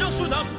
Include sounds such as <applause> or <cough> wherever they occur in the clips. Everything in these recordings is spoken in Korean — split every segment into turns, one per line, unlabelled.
반짝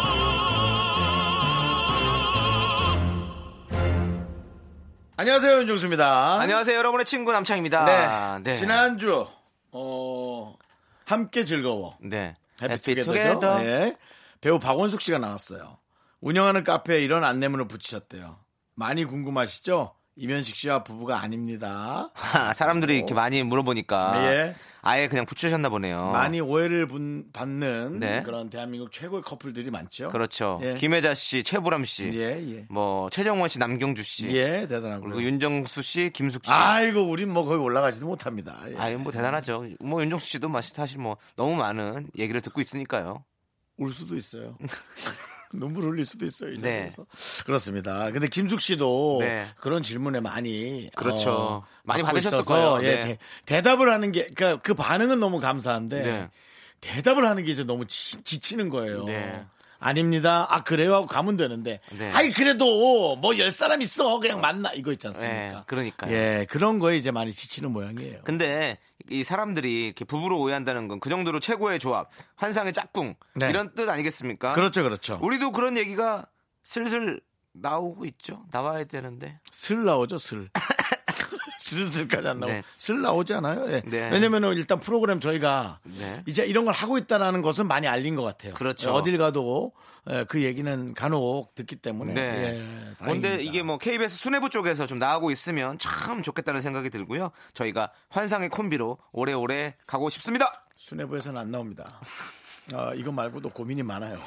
안녕하세요 윤종수입니다.
안녕하세요, 아, 여러분의 친구 남창입니다.
네. 지난주 어 함께 즐거워
네.
해피투게더죠. 네. 배우 박원숙 씨가 나왔어요. 운영하는 카페에 이런 안내문을 붙이셨대요. 많이 궁금하시죠? 이면식 씨와 부부가 아닙니다.
하, 사람들이 이렇게 많이 물어보니까
예.
아예 그냥 붙이셨나 보네요.
많이 오해를 분- 받는
어. 네.
그런 대한민국 최고의 커플들이 많죠.
그렇죠.
예.
김혜자 씨, 최보람 씨,
예, 예.
뭐 최정원 씨, 남경주 씨,
예, 대단하고.
그리고 윤정수 씨, 김숙 씨.
아이고, 우린 뭐 거의 올라가지도 못합니다. 예.
아유, 뭐 대단하죠. 뭐 윤정수 씨도 마- 사실 뭐 너무 많은 얘기를 듣고 있으니까요.
울 수도 있어요. <laughs> 눈물 흘릴 수도 있어요. 이
네.
정도에서. 그렇습니다. 근데 김숙 씨도
네.
그런 질문에 많이
그렇죠.
어,
많이
받고
받으셨을
있어서,
거예요.
예,
네.
대, 답을 하는 게 그러니까 그 반응은 너무 감사한데
네.
대답을 하는 게 이제 너무 지, 치는 거예요.
네.
아닙니다. 아 그래요 하고 가면 되는데.
네.
아이 그래도 뭐 열 사람 있어 그냥 만나 이거 있지 않습니까?
네, 그러니까요.
예 그런 거에 이제 많이 지치는 모양이에요.
근데 이 사람들이 이렇게 부부로 오해한다는 건 그 정도로 최고의 조합, 환상의 짝꿍
네.
이런 뜻 아니겠습니까?
그렇죠 그렇죠.
우리도 그런 얘기가 슬슬 나오고 있죠. 나와야 되는데.
슬 나오죠 <laughs> 슬 슬슬까지 안 나오고
네.
슬 나오지 않아요 예.
네.
왜냐면은 일단 프로그램 저희가
네.
이제 이런 걸 하고 있다라는 것은 많이 알린 것 같아요
그렇죠.
예, 어딜 가도 예, 그 얘기는 간혹 듣기 때문에
네.
예,
뭔데
다행입니다.
이게 뭐 KBS 수뇌부 쪽에서 좀 나오고 있으면 참 좋겠다는 생각이 들고요. 저희가 환상의 콤비로 오래오래 가고 싶습니다.
수뇌부에서는 안 나옵니다 아, 이거 말고도 고민이 많아요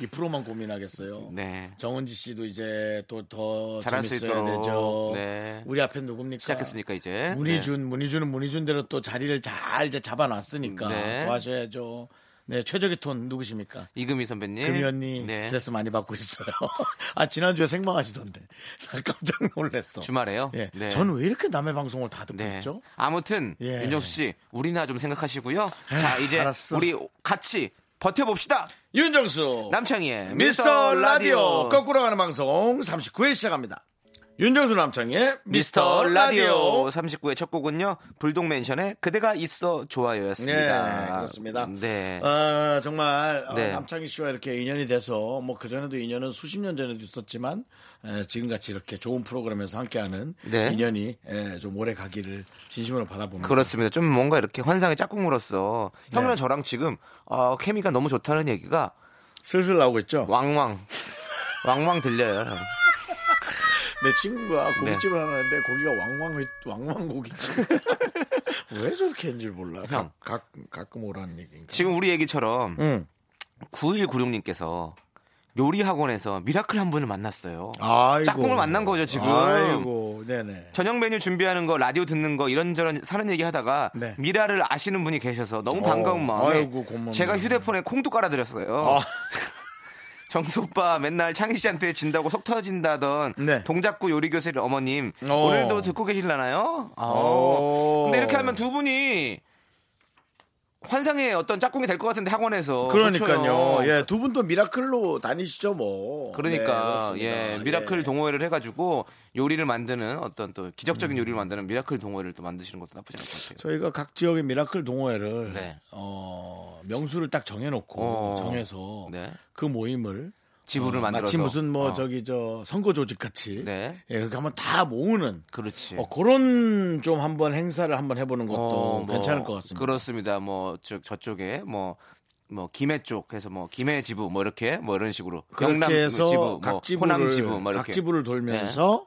이 프로만 고민하겠어요
네.
정은지 씨도 이제 또 더
잘할 수
재밌어야
있도록.
되죠
네.
우리 앞에 누굽니까
시작했으니까 이제. 네.
문희준, 문희준은 문희준대로 또 자리를 잘 이제 잡아놨으니까
네.
더 하셔야죠. 네, 최적의 톤 누구십니까?
네. 이금희 선배님.
금이 언니
네.
스트레스 많이 받고 있어요. <laughs> 아 지난주에 생방하시던데 <laughs> 나 깜짝 놀랐어.
주말에요?
예,
네.
저는 왜 이렇게 남의 방송을 다 듣고
네.
있죠?
아무튼
예.
윤정수 씨, 우리나 좀 생각하시고요. 자, 이제
알았어.
우리 같이 버텨봅시다.
윤정수
남창희의
미스터 라디오 거꾸로 가는 방송 39회 시작합니다. 윤정수 남창의
미스터 라디오 39의 첫 곡은요 불독맨션의 그대가 있어
네,
좋아요였습니다.
그렇습니다.
네.
어, 정말 어,
네.
남창희 씨와 이렇게 인연이 돼서 뭐 그 전에도 인연은 수십 년 전에도 있었지만 에, 지금 같이 이렇게 좋은 프로그램에서 함께하는
네.
인연이 에, 좀 오래 가기를 진심으로 바라봅니다.
그렇습니다. 좀 뭔가 이렇게 환상의 짝꿍으로서 형이랑
네.
저랑 지금 어, 케미가 너무 좋다는 얘기가
슬슬 나오고 있죠.
<laughs> 왕왕 왕왕 들려요.
내 친구가 고깃집을
네.
하나 하는데 고기가 왕왕 왕왕
<laughs>
고깃집. 왜 저렇게 한줄 몰라.
형.
가, 가, 끔 오라는 얘기인가.
지금 우리 얘기처럼
응.
9196님께서 요리 학원에서 미라클 한 분을 만났어요.
아이고.
짝꿍을 만난 거죠, 지금.
아이고. 네네.
저녁 메뉴 준비하는 거 라디오 듣는 거 이런저런 사는 얘기 하다가
네.
미라를 아시는 분이 계셔서 너무 반가운
어,
마음에
아이고, 고맙네.
제가 휴대폰에 콩도 깔아드렸어요.
아.
<laughs> 정수 오빠 맨날 창희 씨한테 진다고 속 터진다던
네.
동작구 요리 교실 어머님
어.
오. 늘도 듣고 계실라나요? 아.
어.
근데 이렇게 하면 두 분이 환상의 어떤 짝꿍이 될 것 같은데 학원에서
그러니까요.
그렇죠?
예, 두 분도 미라클로 다니시죠, 뭐. 네,
그러니까
그렇습니다.
예 미라클
예.
동호회를 해가지고 요리를 만드는 어떤 또 기적적인 요리를 만드는 미라클 동호회를 또 만드시는 것도 나쁘지 않을 것 같아요.
저희가 각 지역의 미라클 동호회를
네.
어, 명수를 딱 정해놓고
어.
정해서
네.
그 모임을
지부를
어,
만들어서
마치 무슨 뭐
어.
저기 저 선거 조직 같이
네.
예, 그렇게 한번 다 모으는
그렇지.
어, 그런 좀 한번 행사를 한번 해보는 것도
어, 뭐,
괜찮을 것 같습니다.
그렇습니다. 뭐 저, 저쪽에 뭐. 뭐 김해 쪽 해서 뭐 김해 지부 뭐 이렇게 뭐 이런 식으로 영남
그렇게 해서
지부 뭐
각 지부를
호남 지부 뭐
각
이렇게 네.
지부를 돌면서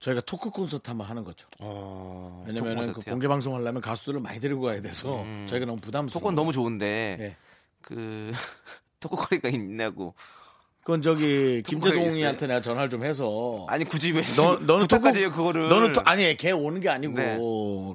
저희가 토크 콘서트 한번 하는 거죠.
어,
왜냐면은 그
콘서트요?
공개 방송 하려면 가수들을 많이 데리고 가야 돼서 저희가 너무 부담스러워.
조건 너무 좋은데
예.
그 <laughs> 토크거리가 있냐고
그건 저기
<laughs> 토크가
김재동이한테
있어요?
내가 전화를 좀 해서
아니 굳이 왜
어. 너
지금
너는 토크
토크까지 해요, 그거를
너는 토, 아니 걔 오는 게 아니고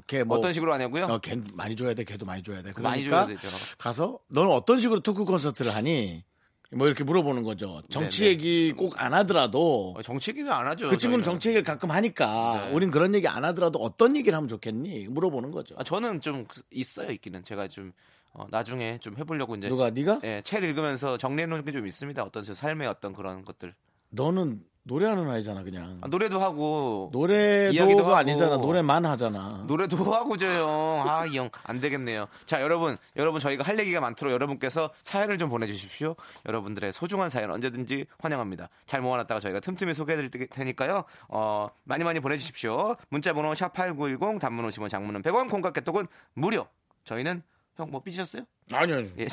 네.
걔뭐
어떤 식으로 하냐고요?
어, 걔 많이 줘야 돼. 걔도 많이 줘야 돼. 그러니까
많이 줘야 되죠.
가서 너는 어떤 식으로 토크 콘서트를 하니? 뭐 이렇게 물어보는 거죠. 정치
네네.
얘기 꼭 안 하더라도
어, 정치 얘기는 안 하죠.
그 친구는
저희는.
정치 얘기를 가끔 하니까
네.
우린 그런 얘기 안 하더라도 어떤 얘기를 하면 좋겠니 물어보는 거죠.
아, 저는 좀 있어요 있기는 제가 좀 어, 나중에 좀 해보려고 이제
누가 네가?
예, 책 읽으면서 정리해 놓은 게 좀 있습니다. 어떤 제 삶의 어떤 그런 것들
너는 노래하는 아이잖아 그냥.
아, 노래도 하고 이야기도 하고.
노래도가 아니잖아. 노래만 하잖아.
노래도 <laughs> 하고 저요. 아, 이 형 안 되겠네요. 자, 여러분, 여러분 저희가 할 얘기가 많도록 여러분께서 사연을 좀 보내주십시오. 여러분들의 소중한 사연 언제든지 환영합니다. 잘 모아놨다가 저희가 틈틈이 소개해드릴 테니까요. 어, 많이 많이 보내주십시오. 문자번호 샵8910 단문 50원, 장문은 100원, 콩깍개톡은 무료. 저희는 형 뭐 삐지셨어요?
아니요. 아니요.
예,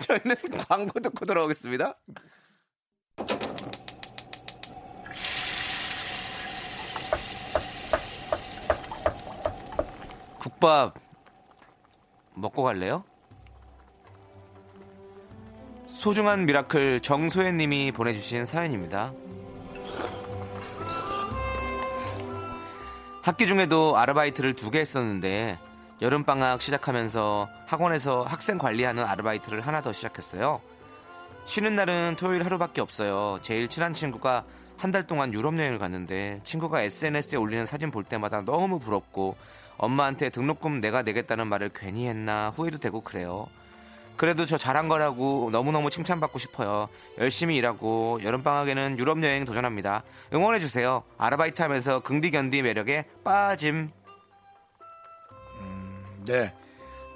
저희, <laughs> 는 광고 듣고 돌아오겠습니다. 국밥 먹고 갈래요? 소중한 미라클 정소혜님이 보내주신 사연입니다. 학기 중에도 아르바이트를 두 개 했었는데 여름 방학 시작하면서 학원에서 학생 관리하는 아르바이트를 하나 더 시작했어요. 쉬는 날은 토요일 하루밖에 없어요. 제일 친한 친구가 한 달 동안 유럽 여행을 갔는데 친구가 SNS에 올리는 사진 볼 때마다 너무 부럽고 엄마한테 등록금 내가 내겠다는 말을 괜히 했나 후회도 되고 그래요. 그래도 저 잘한 거라고 너무너무 칭찬받고 싶어요. 열심히 일하고 여름방학에는 유럽 여행 도전합니다. 응원해주세요. 아르바이트 하면서 긍디견디 매력에 빠짐.
네.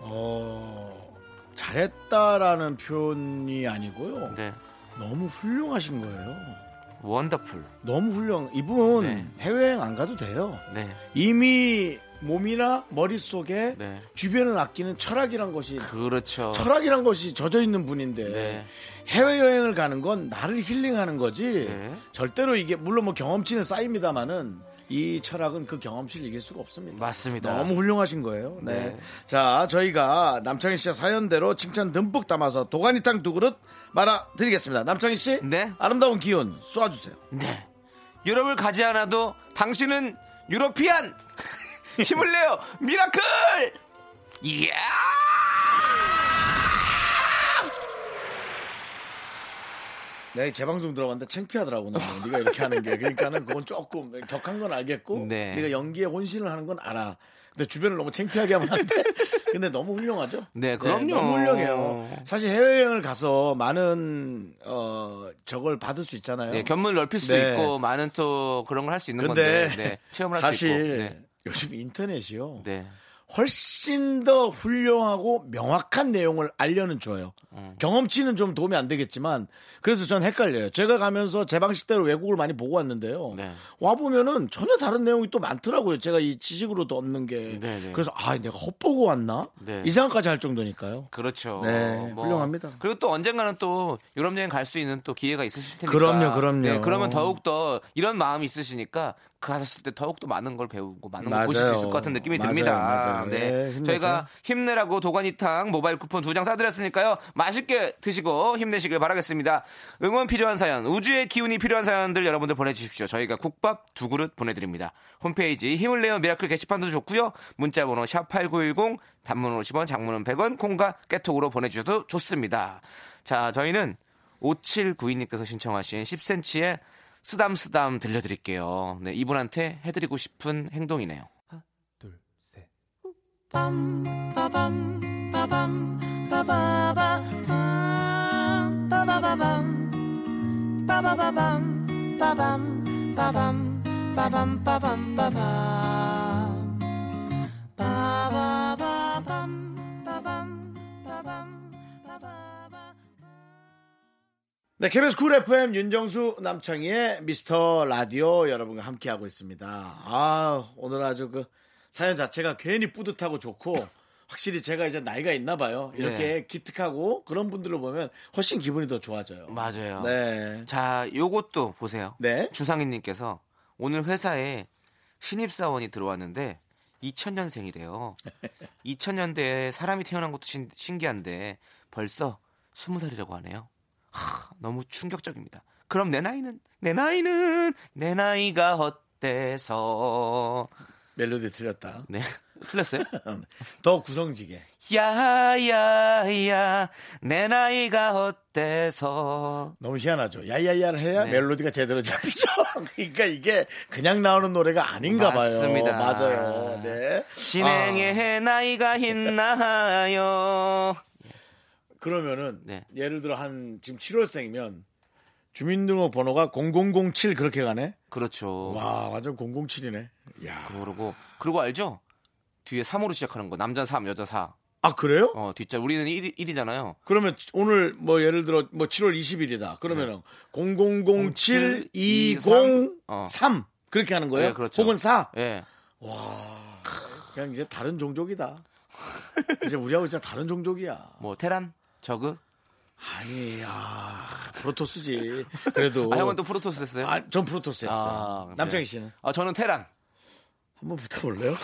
어, 잘했다라는 표현이 아니고요.
네.
너무 훌륭하신 거예요.
원더풀.
너무 훌륭. 이분
네.
해외여행 안 가도 돼요.
네.
이미 몸이나 머릿속에
네.
주변을 아끼는 철학이란 것이
그렇죠.
철학이란 것이 젖어 있는 분인데
네.
해외 여행을 가는 건 나를 힐링하는 거지
네.
절대로 이게 물론 뭐 경험치는 쌓입니다마는 이 철학은 그 경험치를 이길 수가 없습니다.
맞습니다.
너무 훌륭하신 거예요. 네.
네.
자, 저희가 남창희 씨의 사연대로 칭찬 듬뿍 담아서 도가니탕 두 그릇 말아 드리겠습니다. 남창희 씨,
네.
아름다운 기운 쏴 주세요.
네. 유럽을 가지 않아도 당신은 유러피안! <laughs> 힘을 내요! 미라클! 이야!
네, 재방송 들어갔는데 창피하더라고 나는 네가 이렇게 하는 게 그러니까는 그건 조금 격한 건 알겠고
네.
네가 연기에 혼신을 하는 건 알아. 근데 주변을 너무 창피하게 하면 안 돼. <laughs> 근데 너무 훌륭하죠?
네, 그럼요.
너무 훌륭해요. 사실 해외여행을 가서 많은 어 저걸 받을 수 있잖아요.
네, 견문을 넓힐 수도
네.
있고, 많은 또 그런 걸 할 수 있는
근데
건데, 네, 체험을 할 수 있고.
사실
네.
요즘 인터넷이요.
네.
훨씬 더 훌륭하고 명확한 내용을 알려는 줘요.
음.
경험치는 좀 도움이 안 되겠지만 그래서 전 헷갈려요. 제가 가면서 제 방식대로 외국을 많이 보고 왔는데요.
네.
와 보면은 전혀 다른 내용이 또 많더라고요. 제가 이 지식으로도 없는 게
네, 네.
그래서 아 내가 헛보고 왔나
네.
이 생각까지 할 정도니까요.
그렇죠.
네, 훌륭합니다.
그리고 또 언젠가는 또 유럽 여행 갈 수 있는 또 기회가 있으실 테니까.
그럼요, 그럼요.
네, 그러면 더욱 더 이런 마음이 있으시니까 그 가셨을 때 더욱 더 많은 걸 배우고 많은 걸 보실 수
맞아요.
있을 것 같은 느낌이
맞아요,
듭니다.
맞아요. 네, 힘내세요.
저희가 힘내라고 도가니탕 모바일 쿠폰 두 장 사드렸으니까요. 맛있게 드시고 힘내시길 바라겠습니다. 응원 필요한 사연, 우주의 기운이 필요한 사연들 여러분들 보내주십시오. 저희가 국밥 두 그릇 보내드립니다. 홈페이지 힘을 내어 미라클 게시판도 좋고요. 문자번호 샵8910 단문 50원, 장문은 100원, 콩과 깨톡으로 보내주셔도 좋습니다. 자, 저희는 5792님께서 신청하신 10cm의 쓰담쓰담 들려드릴게요. 네, 이분한테 해드리고 싶은 행동이네요.
Bum, ba-bum, ba-bum, ba-ba-ba-bum, ba-ba-ba-bum, ba-ba-ba-bum, ba-bum, ba-bum, ba-bum, ba-bum, ba-bum. Ba-ba-ba-bum, ba-bum, ba-bum, ba-ba-ba.
네, KBS 쿨 FM 윤정수 남창희의 미스터 라디오 여러분과 함께하고 있습니다. 아, 오늘 아주 그 사연 자체가 괜히 뿌듯하고 좋고 확실히 제가 이제 나이가 있나 봐요. 이렇게
네.
기특하고 그런 분들을 보면 훨씬 기분이 더 좋아져요.
맞아요.
네.
자, 요것도 보세요.
네.
주상인님께서 오늘 회사에 신입사원이 들어왔는데
<laughs>
2000년생이래요. 2000년대에 사람이 태어난 것도 신, 신기한데 벌써 20살이라고 하네요. 하, 너무 충격적입니다. 그럼 내 나이는 내 나이는 내 나이가 어때서
멜로디 틀렸다.
네. <laughs> 틀렸어요?
더 구성지게.
야야야 내 나이가 어때서
너무 희한하죠. 야야야를 해야
네.
멜로디가 제대로 잡히죠. <laughs> 그러니까 이게 그냥 나오는 노래가 아닌가 봐요.
맞습니다.
맞아요. 네.
진행에 나이가 있나요?
아, 그러면은
네.
예를 들어 한 지금 7월생이면 주민등록 번호가 0007 그렇게 가네.
그렇죠.
와, 완전 007이네. 야.
그러고 그리고 알죠? 뒤에 3으로 시작하는 거 남자 3 여자 4.
아, 그래요?
어 뒷자 우리는 1, 1이잖아요.
그러면 오늘 뭐 예를 들어 뭐 7월 20일이다.
네.
그러면은 0007 203
어.
그렇게 하는 거예요?
네, 그렇죠.
혹은 4.
예.
그냥 이제 다른 종족이다. <laughs> 이제 우리하고 진짜 다른 종족이야.
뭐 테란 저그
아니, 야 프로토스지. 그래도.
<laughs> 아 형은 또 프로토스 했어요?
아, 전 프로토스 했어요.
아,
남창희
네.
씨는?
아 저는 테란.
한번 붙어볼래요?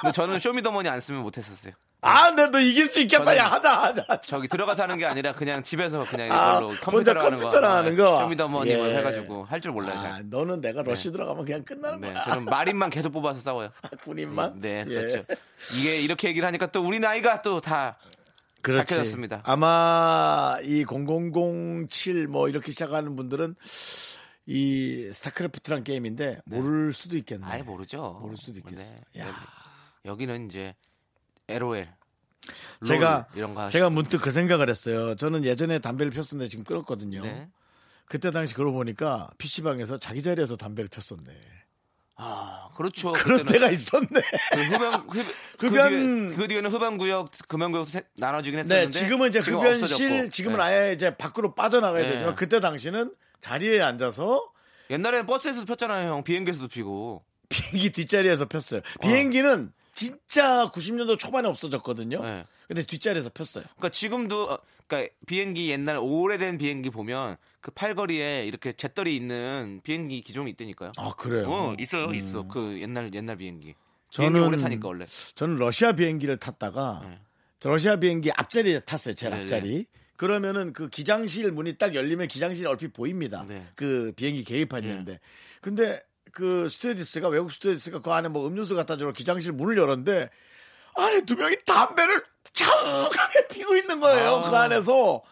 근데 저는 쇼미더머니 안 쓰면 못 했었어요.
아, 나 너 이길 수 있겠다.
저는-
야, 하자, 하자. 하자.
저기 들어가서 하는 게 아니라 그냥 집에서 그냥
아,
이걸로
혼자
컴퓨터로 하는 거.
컴퓨터로 하는 거.
쇼미더머니
예.
뭐 해가지고 할 줄 몰라요.
아,
잘.
너는 내가 러시 들어가면 그냥 끝나는
네,
거야.
저는 마린만 계속 뽑아서 싸워요.
<laughs> 군인만?
네,
예.
그렇죠. 이게 이렇게 얘기를 하니까 또 우리 나이가 또 다
그렇지.
밝혀졌습니다.
아마 이 0007 뭐 이렇게 시작하는 분들은 이 스타크래프트란 게임인데 모를 수도 있겠네.
네. 아예 뭐 모르죠.
모를 수도 있겠어.
근데
야.
여기, 는 이제 LOL. 롤
제가
이런 거
제가 문득 그 생각을 했어요. 저는 예전에 담배를 폈었는데 지금 끊었거든요.
하시는데.
그때 당시 그러고 보니까 PC방에서 자기 자리에서 담배를 폈었네.
아, 그렇죠.
그런
그때는
때가 있었네.
그 흡연 흡,
흡연-
그, 뒤에, 그 뒤에는 흡연 구역, 금연 구역 나눠지긴
네,
했었는데
지금은 이제
지금
흡연실,
없어졌고.
지금은
네.
아예 이제 밖으로 빠져나가야
네.
되지만 그때 당시는 자리에 앉아서
옛날에는 버스에서도 폈잖아요, 형. 비행기에서도 피고.
비행기 뒷자리에서 폈어요. 비행기는 진짜 90년도 초반에 없어졌거든요.
네.
근데 뒷자리에서 폈어요.
그러니까 지금도 어, 그러니까 비행기 옛날 오래된 비행기 보면 그 팔걸이에 이렇게 잿떨이 있는 비행기 기종이 있다니까요.
아 그래요.
어, 있어요, 있어. 그 옛날 옛날 비행기.
저는-
비행기 오래 타니까 원래.
저는 러시아 비행기를 탔다가
네.
저 러시아 비행기 앞자리에 탔어요. 제
네네.
앞자리. 그러면은 그 기장실 문이 딱 열리면 기장실이 얼핏 보입니다.
네.
그 비행기 계기판이 있는데. 근데 그 스튜어디스가 외국 스튜어디스가 그 안에 뭐 음료수 갖다 주러 기장실 문을 열었는데 안에 두 명이 담배를 차가게 피고 있는 거예요.
아.
그 안에서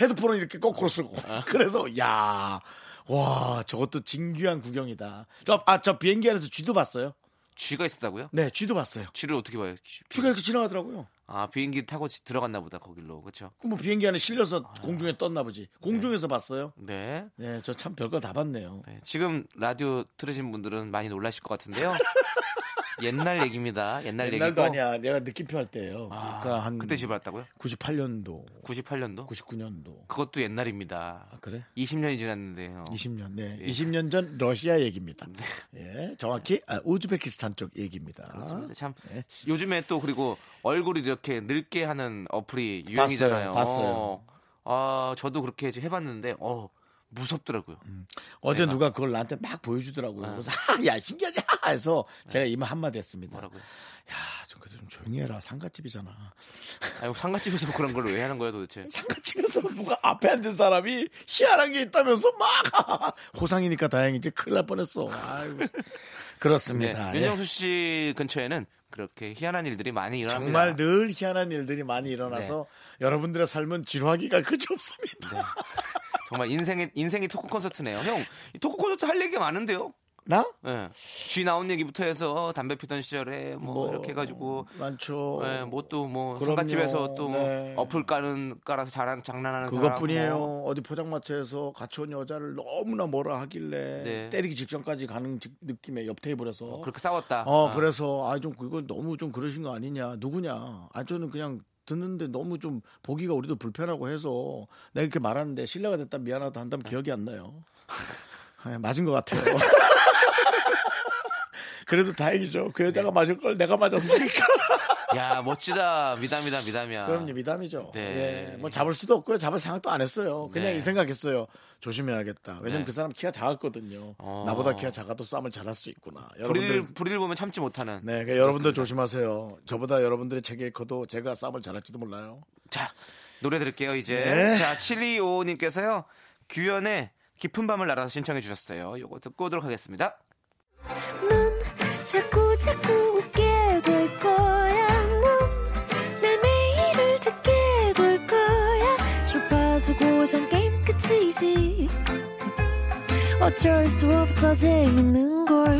헤드폰을 이렇게 거꾸로 쓰고. <laughs> 그래서 야. 와, 저것도 진귀한 구경이다. 저, 아, 저 비행기 안에서 쥐도 봤어요?
쥐가 있었다고요?
네, 쥐도 봤어요.
쥐를 어떻게 봐요?
쥐가 이렇게 지나가더라고요.
아 비행기 타고 지- 들어갔나 보다 거길로 그렇죠.
그럼 뭐 비행기 안에 실려서
아.
공중에 떴나 보지. 공중에서 봤어요?
네.
네, 저 참 별거 다 봤네요.
네, 지금 라디오 들으신 분들은 많이 놀라실 것
<laughs>
같은데요. 옛날 얘기입니다. 옛날
옛날도
얘기고.
아니야. 내가 느낌표 할 때예요.
아,
그러니까 한
그때 집어왔다고요?
98년도,
98년도?
99년도.
그것도 옛날입니다.
아, 그래?
20년이 지났는데요.
20년, 네.
예.
20년 전 러시아 얘기입니다. 예, 정확히 아, 우즈베키스탄 쪽 얘기입니다.
네. 그렇습니다. 참
네.
요즘에 또 그리고 얼굴을 이렇게 늙게 하는 어플이 유행이잖아요.
봤어요, 봤어요.
어, 아 저도 그렇게 이제 해봤는데 어 무섭더라고요.
음. 어제 누가 그걸 나한테 막 보여주더라고요. 그래서 아, 야 신기하지 해서 제가 이만 한마디 했습니다.
네. 뭐라고요?
야, 좀 그래도 좀 조용히 해라. 상가집이잖아.
아유 상가집에서 <laughs> 그런 걸 왜 하는 거예요 도대체?
상가집에서 누가 앞에 앉은 사람이 희한한 게 있다면서 막 <laughs> 호상이니까 다행이지 큰일 날 뻔했어. 아이고.
네,
그렇습니다. 예.
윤정수 씨 근처에는 그렇게 희한한 일들이 많이 일어납니다. 네.
정말 늘 희한한 일들이 많이 일어나서 여러분들의 삶은 지루하기가 그지 없습니다.
정말 인생의 인생이 토크 콘서트네요. 형, 이 토크 콘서트 할 얘기가 많은데요.
<laughs> 나?
예. 쥐 나온 얘기부터 해서 담배 피던 시절에 뭐, 이렇게 해가지고
많죠.
예, 뭐또뭐
어, 그럼요.
상가집에서 또뭐
네.
어플 까는 깔아서 자랑 장난하는
그것뿐이에요.
사람, 뭐.
어디 포장마차에서 같이 온 여자를 너무나 뭐라 하길래
네.
때리기 직전까지 가는 직- 느낌의 옆 테이블에서
뭐 그렇게 싸웠다.
어,
아,
그래서 아 좀 그거 너무 좀 그러신 거 아니냐 누구냐 아 저는 그냥 듣는데 너무 좀 보기가 우리도 불편하고 해서 내가 이렇게 말하는데 신뢰가 됐다 미안하다 한다면 기억이 안 나요 <laughs> 아, 맞은 것 같아요 <laughs> 그래도 다행이죠 그 여자가
네.
맞을 걸 내가 맞았으니까
야 멋지다 미담이다 미담이야.
그럼요 미담이죠
아. 네.
예, 뭐 잡을 수도 없고요 잡을 생각도 안 했어요 그냥
네.
이 생각했어요 조심해야겠다 왜냐면
네.
그 사람 키가 작았거든요
어.
나보다 키가 작아도 싸움을 잘할 수 있구나
불의를 불의를 보면 참지 못하는.
네, 그러니까 여러분들
그렇습니다.
조심하세요. 저보다 여러분들이 제게 커도 제가 싸움을 잘할지도 몰라요.
자 노래 들을게요 이제.
네.
자 7255님께서요 규현의 깊은 밤을 날아서 신청해 주셨어요. 요거 듣고 오도록 하겠습니다.
넌 자꾸 자꾸 웃게 될 점수 고정 게임 끝이지 어쩔 수 없어 재밌는 걸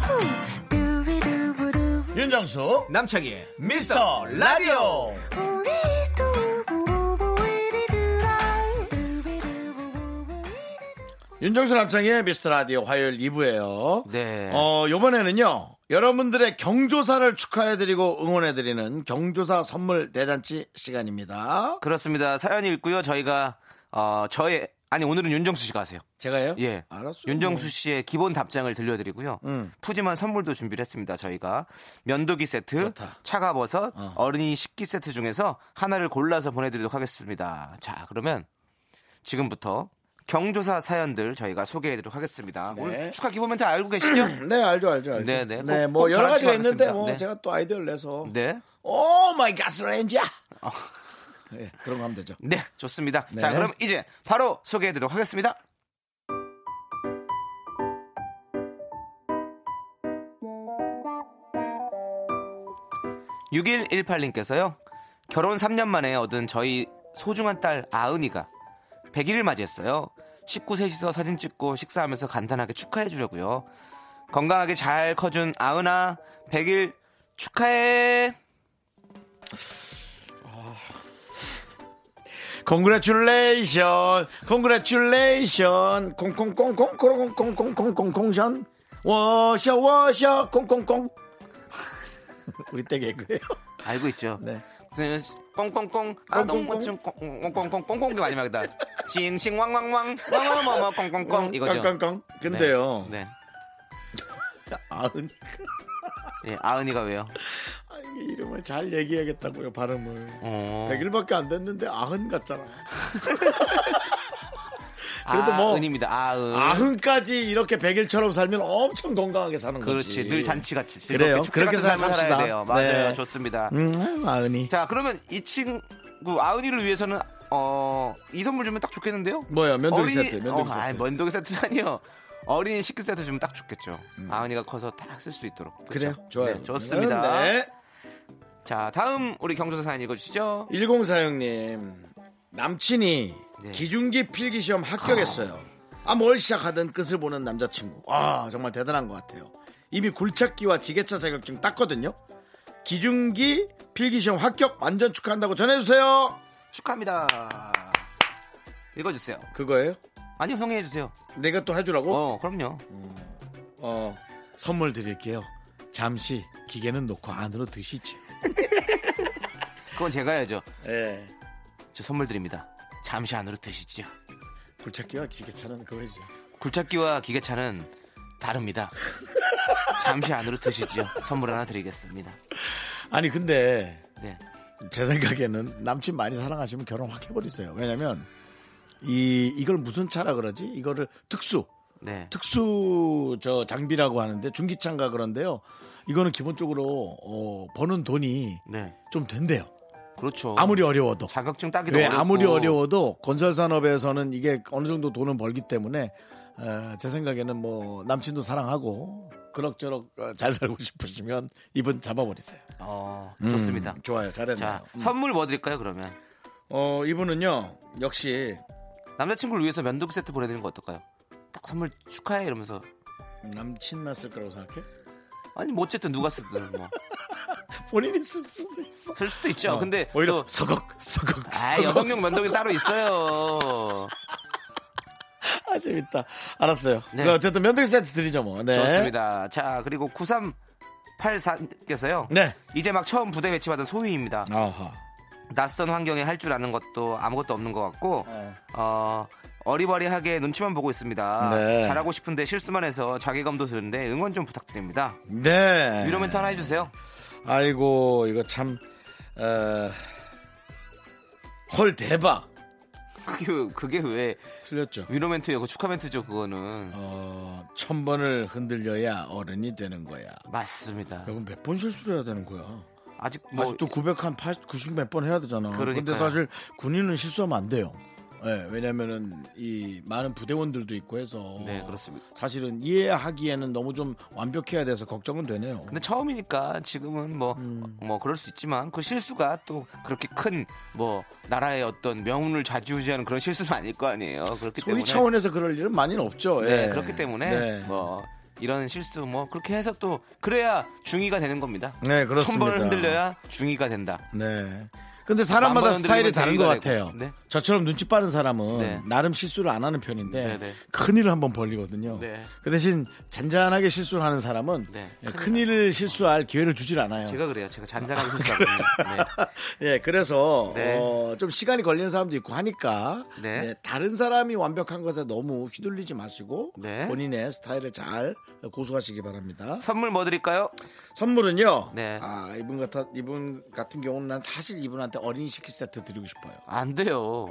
후. 두비두부두.
윤정수 남창희의 미스터 라디오
우리 두부부부 우리들아. 두비두부부부 우리들아.
윤정수 남창희의 미스터 라디오 화요일 2부예요
네.
어, 요번에는요 여러분들의 경조사를 축하해드리고 응원해드리는 경조사 선물 대잔치 시간입니다
그렇습니다. 사연이 있고요. 저희가 어, 저의 아니 오늘은 윤정수 씨가 하세요.
제가요?
예.
알았어요
윤정수 씨의 기본 답장을 들려드리고요.
음.
푸짐한 선물도 준비를 했습니다. 저희가 면도기 세트,
좋다.
차가버섯,
어.
어. 린이 식기 세트 중에서 하나를 골라서 보내드리도록 하겠습니다. 자, 그러면 지금부터 경조사 사연들 저희가 소개해드리도록 하겠습니다.
네.
오늘 축하 기본 멘트
<clears throat>
알고 계시죠?
네 알죠 알죠 알죠
네, 네. 꼭,
네뭐
꼭
여러 가지가
전화치고
있는데
하겠습니다.
뭐
네.
제가 또 아이디어를 내서
네. 어.
오 마이 가스레인지야 예, 그런 거 하면 되죠
네, 좋습니다.
네.
자, 그럼 이제 바로 소개해드리도록 하겠습니다. (6일 18님께서요) 결혼 (3년) 만에 얻은 저희 소중한 딸 아은이가 100일을 맞이했어요 식구 셋이서 사진 찍고 식사하면서 간단하게 축하해 주려고요 건강하게 잘 커준 아은아 100일 축하해
Congratulation, Congratulation, 콩콩콩콩, 콩콩콩콩콩콩콩콩션, 워셔 워셔, 콩콩콩. <laughs> 우리 때 개그예요.
알고 있죠
네.
꽁꽁꽁 아동무춤 꽁꽁꽁꽁꽁 마지막이다 싱싱 왕왕왕 왕왕왕 꽁꽁꽁 이거죠
깡깡깡.
네.
근데요.
네.
아은
예, 아은이가 왜요
아, 이게 이름을 잘 얘기해야겠다고요. 발음을.
어. 네.
100일밖에 안 됐는데 아흔 같잖아. 그래도 뭐-
아은입니다 아은
아흔까지 이렇게 100일처럼 살면 엄청 건강하게 사는 거지.
그렇지 늘 잔치같이 즐겁게
그래요.
축제
그렇게
같은 삶을
생각합시다.
살아야 돼요 맞아요
네.
좋습니다
음, 아흔이.
자 그러면 이 친구 아은이를 위해서는 어, 이 선물 주면 딱 좋겠는데요
뭐요? 면도기 세트, 면도기
어, 아니,
세트.
면도기 세트라니요 어린이 식기 세트 주면 딱 좋겠죠 아은이가 커서 딱 쓸 수
음.
있도록 그쵸?
그래요. 좋아요.
네, 좋습니다
네.
자, 다음 우리 경조사 사연 읽어주시죠.
1046님 남친이
네.
기중기 필기시험 합격했어요 아 뭘 시작하든 끝을 보는 남자친구 아 정말 대단한 것 같아요 이미 굴착기와 지게차 자격증 땄거든요 기중기 필기시험 합격 완전 축하한다고 전해주세요
축하합니다. 읽어주세요.
그거예요?
아니요, 형이 해주세요.
내가 또 해주라고? 어,
어, 그럼요.
선물 드릴게요 잠시 기계는 놓고 안으로 드시지
그건 제가 해야죠.
예.
저 선물 드립니다. 잠시 안으로 드시죠.
굴착기와 지게차는 그거 해주세요
굴착기와 기계차는 다릅니다. 잠시 안으로 드시죠. 선물 하나 드리겠습니다.
아니 근데
네.
제 생각에는 남친 많이 사랑하시면 결혼 확 해버리세요. 왜냐면 이 이걸 무슨 차라 그러지? 이거를 특수
네.
특수 저 장비라고 하는데 중기차인가 그런데요. 이거는 기본적으로 어, 버는 돈이
네.
좀 된대요.
그렇죠.
아무리 어려워도
자격증 따기도
왜
어렵고.
아무리 어려워도 건설 산업에서는 이게 어느 정도 돈은 벌기 때문에 어, 제 생각에는 뭐 남친도 사랑하고 그럭저럭 어, 잘 살고 <laughs> 싶으시면 이분 잡아버리세요.
어, 좋습니다.
음, 좋아요, 잘했네요.
자,
음.
선물 뭐 드릴까요, 그러면?
어, 이분은요, 역시
남자친구를 위해서 면도기 세트 보내드리는 거 어떨까요? 딱 선물 축하해 이러면서
남친 났을 거라고 생각해?
아니 뭐 어쨌든 누가 쓰든 뭐
<laughs>
쓸
본인이 쓸 수도 있어.
수도 있죠. 근데
오히려 <laughs>
또,
서걱, 서걱,
아
서걱,
여성용
서걱.
면도기 따로 있어요.
아, 재밌다. 알았어요.
네.
그럼 어쨌든 면도기 세트 드리죠, 뭐. 네.
좋습니다. 자 그리고 9384께서요.
네.
이제 막 처음 부대 배치받은 소위입니다.
아하.
낯선 환경에 할 줄 아는 것도 아무것도 없는 것 같고
어.
어, 어리버리하게 눈치만 보고 있습니다.
네.
잘하고 싶은데 실수만 해서 자괴감도 드는데 응원 좀 부탁드립니다.
네.
위로 멘트 하나 해주세요.
아이고, 이거 참, 어, 헐, 대박.
그게, 그게 왜
틀렸죠.
위로 멘트예요? 축하 멘트죠 그거는.
어, 천 번을 흔들려야 어른이 되는 거야.
맞습니다.
여러분, 몇 번 실수를 해야 되는 거야?
아직 뭐
아직도 900 한 90 몇 번 해야 되잖아.
그러니까요.
근데 사실 군인은 실수하면 안 돼요. 예. 예, 왜냐면은 이 많은 부대원들도 있고 해서
네, 그렇습니다.
사실은 이해하기에는 너무 좀 완벽해야 돼서 걱정은 되네요.
근데 처음이니까 지금은 뭐, 뭐 그럴 수 있지만 그 실수가 또 그렇게 큰 뭐 나라의 어떤 명운을 좌지우지하는 그런 실수는 아닐 거 아니에요. 그렇기
소위
때문에
차원에서 그럴 일은 많이는 없죠.
네,
예.
그렇기 때문에
네.
뭐 이런 실수 뭐 그렇게 해서 또 그래야 중위가 되는 겁니다.
네, 그렇습니다.
천 번을 흔들려야 중위가 된다.
네. 근데 사람마다
만번
스타일이
흔들리면
다른 것
대리가 되고.
같아요.
네.
저처럼 눈치 빠른 사람은
네.
나름 실수를 안 하는 편인데
네, 네.
큰일을 한번 벌리거든요.
네.
그 대신 잔잔하게 실수를 하는 사람은
네,
예,
큰일
큰일을 실수할 기회를 주질 않아요.
제가 그래요. 제가 잔잔하게
<laughs>
실수하거든요. 네.
예, 그래서
네.
어, 좀 시간이 걸리는 사람도 있고 하니까
네.
네, 다른 사람이 완벽한 것에 너무 휘둘리지 마시고
네.
본인의 스타일을 잘 고수하시기 바랍니다.
선물 뭐 드릴까요?
선물은요.
네.
아 이분 같아 이분 같은 경우는 난 사실 이분한테 어린이 식기 세트 드리고 싶어요.
안 돼요.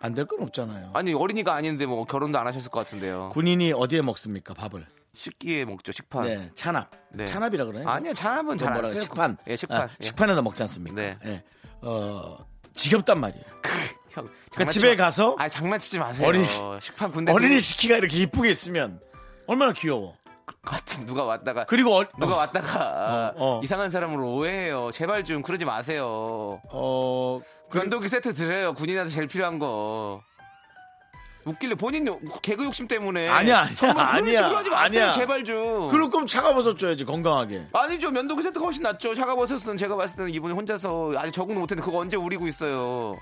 안 될 건 없잖아요.
아니 어린이가 아닌데 뭐 결혼도 안 하셨을 것 같은데요.
군인이 어디에 먹습니까 밥을?
식기에 먹죠 식판.
네, 찬압.
아, 네.
찬압이라 그러나요?
아니야 찬합은
그건
잘안
뭐라
써요.
식판.
예 식판.
아,
예.
식판에다 먹지 않습니까?
네.
예. 어 지겹단 말이에요.
<laughs> 형.
그러니까
장난치지
집에
마-
가서
아 장난치지 마세요.
어린이-
식판 군대
어린이 식기가 이렇게 이쁘게 있으면 얼마나 귀여워.
같은 누가 왔다가
그리고 어,
누가 왔다가
어, 어.
이상한 사람으로 오해해요. 제발 좀 그러지 마세요.
어
면도기 세트 드려요. 군인한테 제일 필요한 거. 웃길래 본인 욕- 개그 욕심 때문에
아니야, 아니야,
선물 그런
아니야,
식으로 하지 마세요.
아니야.
제발 좀.
그럴 거면 차가워서 줘야지 건강하게.
아니죠 면도기 세트가 훨씬 낫죠. 차가버섯은 제가 봤을 때는 이분이 혼자서 아직 적응 못했는데 그거 언제 우리고 있어요.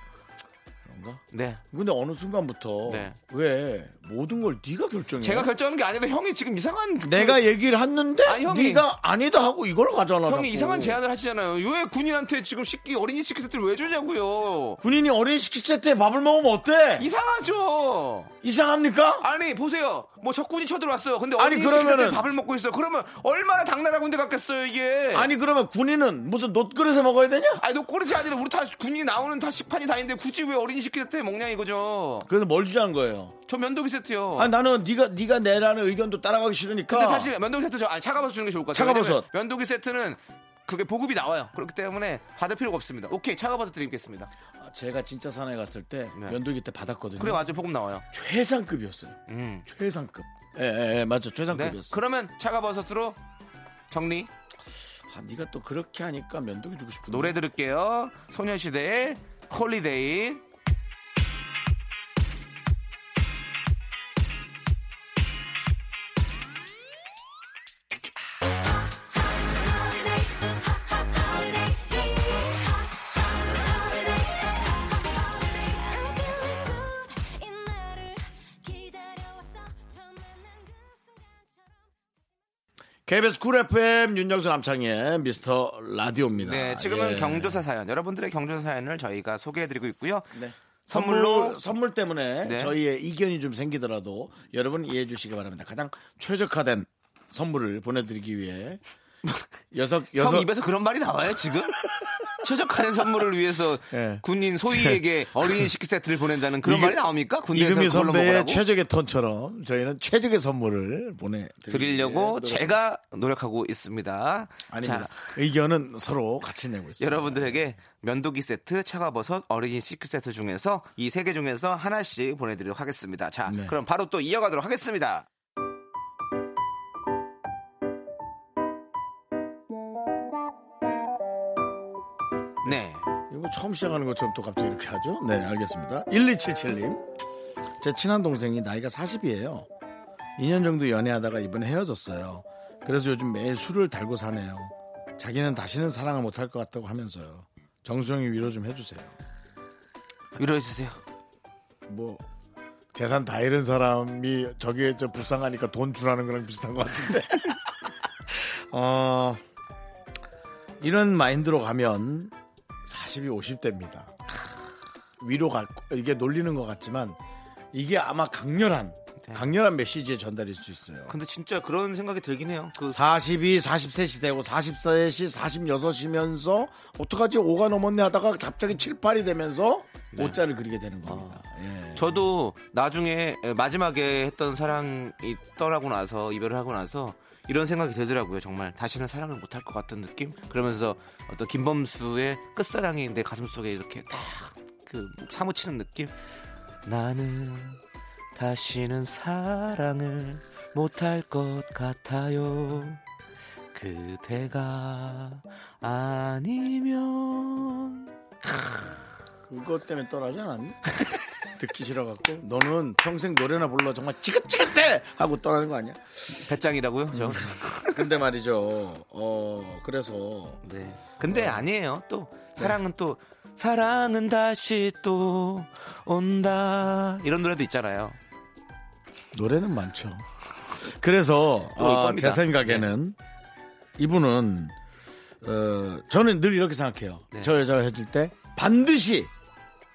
그런가?
네.
근데 어느 순간부터
네.
왜 모든 걸 네가 결정해?
제가 결정하는 게 아니라 형이 지금 이상한 그-
내가 얘기를 했는데
아니, 형이-
네가 아니다 하고 이걸 가잖아.
형이
자꾸.
이상한 제안을 하시잖아요. 왜 군인한테 지금 식기 어린이 식기 세트를 왜 주냐고요.
군인이 어린이 식기 세트에 밥을 먹으면 어때?
이상하죠.
이상합니까?
아니 보세요. 뭐 적군이 쳐들어왔어요. 근데
아니,
어린이
그러면은-
식기 세트에 밥을 먹고 있어요. 그러면 얼마나 당나라 군대 같겠어요 이게.
아니 그러면 군인은 무슨 놋그릇에 먹어야 되냐?
아니 너 꼬르지 아니라 우리 다 군인이 나오는 다 식판이 다 있는데 굳이 왜 어린이 식기 세트에 먹냐 이거죠.
그래서 뭘 주자는 거예요?
저 면도기 세트요.
아니 나는 네가 네가 내라는 의견도 따라가기 싫으니까.
어. 근데 사실 면도기 세트 저 아니 차가버섯 주는 게 좋을 것 같아요.
그러니까. 차가버섯.
왜냐면 면도기 세트는 그게 보급이 나와요. 그렇기 때문에 받을 필요가 없습니다. 오케이 차가버섯 드리겠습니다.
아, 제가 진짜 산에 갔을 때
네.
면도기 때 받았거든요.
그래 맞아 보급 나와요.
최상급이었어요.
음.
최상급. 예, 예, 예, 맞죠.
네.
최상급이었어요.
그러면 차가버섯으로 정리
아, 네가 또 그렇게 하니까 면도기 주고 싶은데.
노래 들을게요. 소녀시대의 홀리데이.
KBS 쿨 FM 윤정수 남창의 미스터 라디오입니다.
네, 지금은
예.
경조사 사연. 여러분들의 경조사 사연을 저희가 소개해드리고 있고요.
네. 선물로
선물로
선물 때문에
네.
저희의 이견이 좀 생기더라도 여러분 이해해 주시기 바랍니다. 가장 최적화된 선물을 보내드리기
<laughs>
위해 여섯 여섯
형 입에서 그런 말이 나와요 지금? <laughs> 최적화된 선물을 위해서
예. <laughs>
군인 소희에게 어린이 식기 세트를 보낸다는 그런
이금-
말이 나옵니까? 군대에서
이금희
그걸로
선배의
먹으라고
최적의 톤처럼 저희는 최적의 선물을 보내드리려고
드리려고 제가 노력하고 있습니다.
아닙니다.
자,
의견은 서로 같이 내고 있습니다.
여러분들에게 면도기 세트, 차가버섯, 어린이 식기 세트 중에서 이 세 개 중에서 하나씩 보내드리도록 하겠습니다. 자,
네.
그럼 바로 또 이어가도록 하겠습니다. 네.
이거 처음 시작하는 것처럼 또 갑자기 이렇게 하죠? 네, 알겠습니다. 1277님. 제 친한 동생이 나이가 40이에요. 2년 정도 연애하다가 이번에 헤어졌어요. 그래서 요즘 매일 술을 달고 사네요. 자기는 다시는 사랑을 못할 것 같다고 하면서요. 정수영이 위로 좀 해주세요.
위로해주세요.
뭐, 재산 다 잃은 사람이 저기에 저 불쌍하니까 돈 주라는 거랑 비슷한 것 같은데. <laughs> 어, 이런 마인드로 가면 40이 50대입니다. 위로 갈 이게 놀리는 것 같지만 이게 아마 강렬한 강렬한 메시지에 전달일 수 있어요.
근데 진짜 그런 생각이 들긴 해요. 그
42, 43시 되고 44시, 46이면서 어떡하지 5가 넘었네 하다가 갑자기 7, 8이 되면서 오자를 그리게 되는 겁니다. 예.
저도 나중에 에, 마지막에 했던 사랑이 떠나고 나서 이별을 하고 나서 이런 생각이 들더라고요. 정말 다시는 사랑을 못할 것 같은 느낌. 그러면서 어떤 김범수의 끝사랑이 내 가슴 속에 이렇게 딱 그 사무치는 느낌. 나는 다시는 사랑을 못할 것 같아요. 그대가 아니면
그것 때문에 떠나지 않았니? <laughs> 듣기 싫어갖고 너는 평생 노래나 불러 정말 지긋지긋해 하고 떠나는 거 아니야?
배짱이라고요? 저.
근데 말이죠. 어 그래서
네. 근데 아니에요. 또 사랑은 또 사랑은 다시 또 온다 이런 노래도 있잖아요.
노래는 많죠. 그래서
또올
아,
겁니다. 네.
제 생각에는 이분은 어, 저는 늘 이렇게 생각해요.
네.
저 여자가 해줄 때 반드시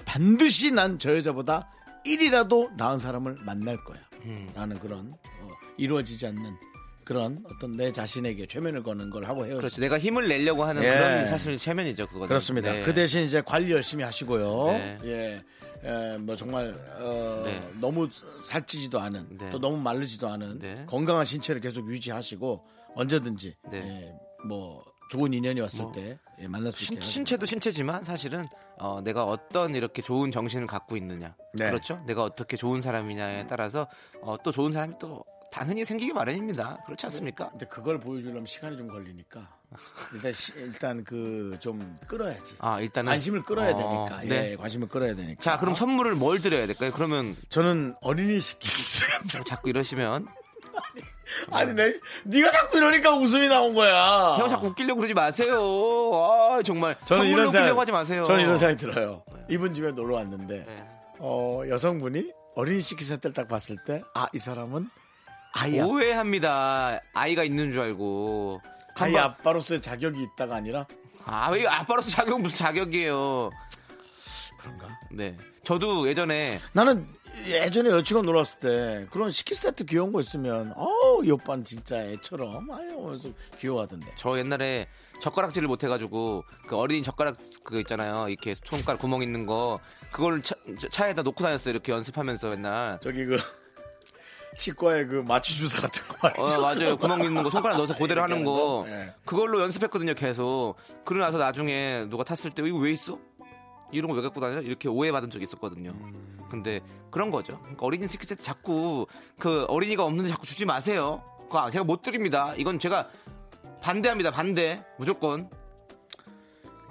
반드시 난 저 여자보다 1이라도 나은 사람을 만날 거야.
음.
라는 그런 어, 이루어지지 않는 그런 어떤 내 자신에게 최면을 거는 걸 하고 헤어지
그렇죠. 내가 힘을 내려고 하는
예.
그런 사실 최면이죠. 네. 그거.
그렇습니다. 그 대신 이제 관리 열심히 하시고요.
네.
예. 예, 뭐 정말 어,
네.
너무 살찌지도 않은
네.
또 너무 마르지도 않은
네.
건강한 신체를 계속 유지하시고 언제든지
네.
예, 뭐 좋은 인연이 왔을
뭐
때 예, 만날 수 있게
신, 신체도 신체지만 사실은 어, 내가 어떤 이렇게 좋은 정신을 갖고 있느냐
네.
그렇죠 내가 어떻게 좋은 사람이냐에 따라서 어, 또 좋은 사람이 또 당연히 생기기 마련입니다 그렇지 않습니까
근데 그걸 보여주려면 시간이 좀
<laughs>
걸리니까 일단 시- 일단 그 좀 끌어야지.
아 일단은
관심을 끌어야
어,
되니까.
네.
예, 관심을 끌어야 되니까.
자 그럼 선물을 뭘 드려야 될까요 그러면
저는 어린이 시키는
자꾸 이러시면
<laughs> 아니 내 네가 자꾸 이러니까 웃음이 나온 거야.
어. 형 자꾸 웃기려고 그러지 마세요 아 정말
아. 저는
선물로
이런 생각
웃기려고 하지 마세요
저는 이런 생각이 들어요. 이분 집에 놀러 왔는데
네.
어, 여성분이 어린이 식기센터를 딱 봤을 때 아 이 사람은 아이 아,
오해합니다 네. 아이가 있는 줄 알고 한
아이
번-
아빠로서의 자격이 있다가 아니라
아, 왜 아빠로서 자격 무슨 자격이에요
그런가?
네 저도 예전에
나는 예전에 여친과 놀았을 때 그런 식기세트 귀여운 거 있으면 어이 오빠는 진짜 애처럼 아유 하면서 귀여워하던데.
저 옛날에 젓가락질을 못 해가지고 그 어린 젓가락 그거 있잖아요 이렇게 손가락 구멍 있는 거 그걸 차, 에다 놓고 다녔어요 이렇게 연습하면서 맨날
저기 그 <laughs> 치과의 그 마취 주사 같은 거 말이죠.
어, 맞아요 구멍 있는 거 손가락 넣어서
이렇게
그대로 하는 거
하는 거? 예.
그걸로 연습했거든요 계속 그러고 나서 나중에 누가 탔을 때 이거 왜 있어 이런 거 왜 갖고 다녀 이렇게 오해받은 적이 있었거든요
음.
근데 그런 거죠 그러니까 어린이 스키트 자꾸 그 어린이가 없는데 자꾸 주지 마세요 그거 아, 제가 못 드립니다 이건 제가 반대합니다 반대 무조건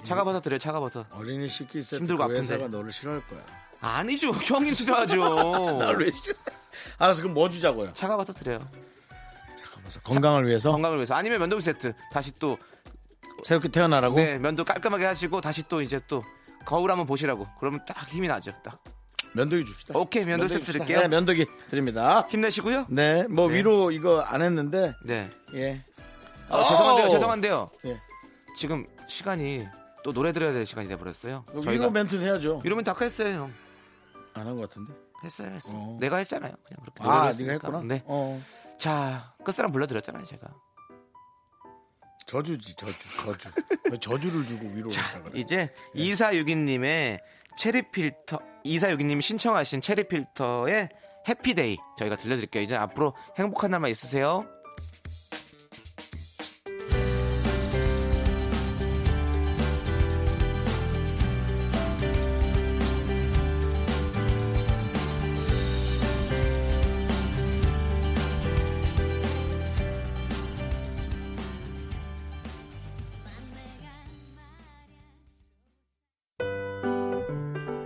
차가버섯 드려요 차가버섯
어린이 식기세트
힘들고
그
아픈데.
회사가 너를 싫어할 거야.
아니죠. <laughs> 형이 싫어하죠.
<laughs> 나를 왜 싫어? 알았어 그럼 뭐 주자고요?
차가 받아 드려요.
건강을 위해서
건강을 위해서. 아니면 면도기 세트. 다시 또
새롭게 태어나라고
네, 면도 깔끔하게 하시고 다시 또 이제 또 거울 한번 보시라고. 그러면 딱 힘이 나죠. 딱.
면도기 줍시다.
오케이. 어, 면도기 세트
줍시다.
드릴게요.
네, 면도기 드립니다.
힘내시고요.
네, 뭐 위로 이거 안 했는데
네.
예.
어, 죄송한데요.
오!
죄송한데요.
예.
지금 시간이 또 노래 들어야 될 시간이 돼 버렸어요.
뭐
저희가
위로 멘트를 해야죠.
이러면 다 했어요, 형.
안 한 것 같은데.
했어요, 했어요.
어.
내가 했잖아요. 그냥 그렇게 노래를
아, 네가
했으니까.
했구나.
네.
어.
자, 끝사람 불러 드렸잖아요, 제가.
저주지, 저주, 저주. 왜 저주를 주고 위로
자,
자, 예. 그래.
이제 2462님의 체리필터 2462님이 신청하신 체리필터의 해피데이 저희가 들려드릴게요. 이제 앞으로 행복한 날만 있으세요.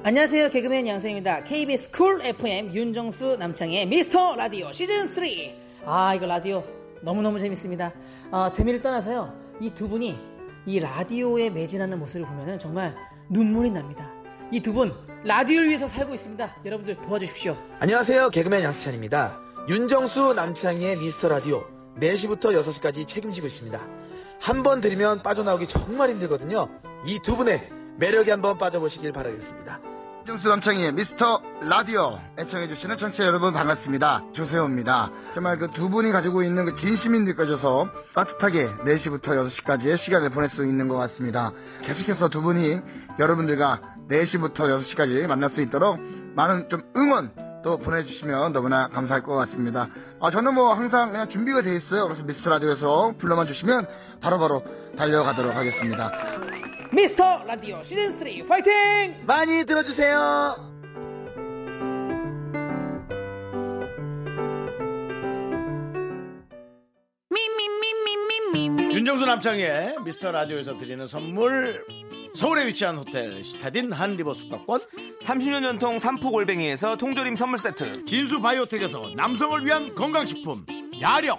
안녕하세요 개그맨 양세입니다 KBS 쿨 FM 윤정수 남창의 미스터 라디오 시즌 3아 이거 라디오 너무너무 재밌습니다 어, 재미를 떠나서요 이 두 분이 이 라디오에 매진하는 모습을 보면 정말 눈물이 납니다 이 두 분 라디오를 위해서 살고 있습니다 여러분들 도와주십시오
안녕하세요 개그맨 양세찬입니다 윤정수 남창희의 미스터라디오 4시부터 6시까지 책임지고 있습니다 한 번 들으면 빠져나오기 정말 힘들거든요 이 두 분의 매력에 한번 빠져보시길 바라겠습니다
정수 남창희의 미스터 라디오 애청해주시는 청취자 여러분 반갑습니다. 조세호입니다. 정말 그 두 분이 가지고 있는 그 진심이 느껴져서 따뜻하게 4시부터 6시까지의 시간을 보낼 수 있는 것 같습니다. 계속해서 두 분이 여러분들과 4시부터 6시까지 만날 수 있도록 많은 좀 응원 또 보내주시면 너무나 감사할 것 같습니다. 아, 저는 뭐 항상 그냥 준비가 돼 있어요. 그래서 미스터 라디오에서 불러만 주시면 바로바로 달려가도록 하겠습니다.
아,
미스터 라디오 시즌 3 파이팅
많이 들어주세요
윤정수 남창의 미스터 라디오에서 드리는 선물 서울에 위치한 호텔 시타딘 한 리버 숙박권
30년 전통 삼포골뱅이에서 통조림 선물 세트
진수 바이오텍에서 남성을 위한 건강식품 야력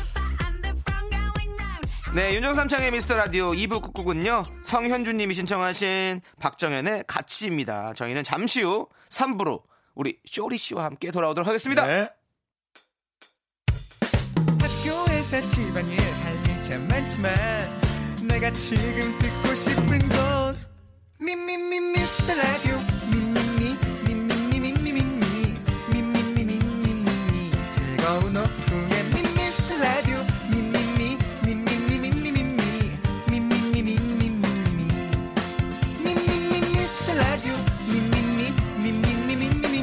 네 윤정삼창의 미스터 라디오 2부 꾹꾹은요 성현주님이 신청하신 박정현의 가치입니다 저희는 잠시 후 3부로 우리 쇼리씨와 함께 돌아오도록 하겠습니다
네.
학교에서 집안일 할 일 참 많지만 내가 지금 듣고 싶은 건 미미미 미스터 라디오 미미미 미미미 미미미 미미미 미미미 미미미 즐거운 오후에 미스터 라디오 미미미 미미미 미미미 미미미 미미미 미미미 미스터 라디오 미미미 미미미 미미미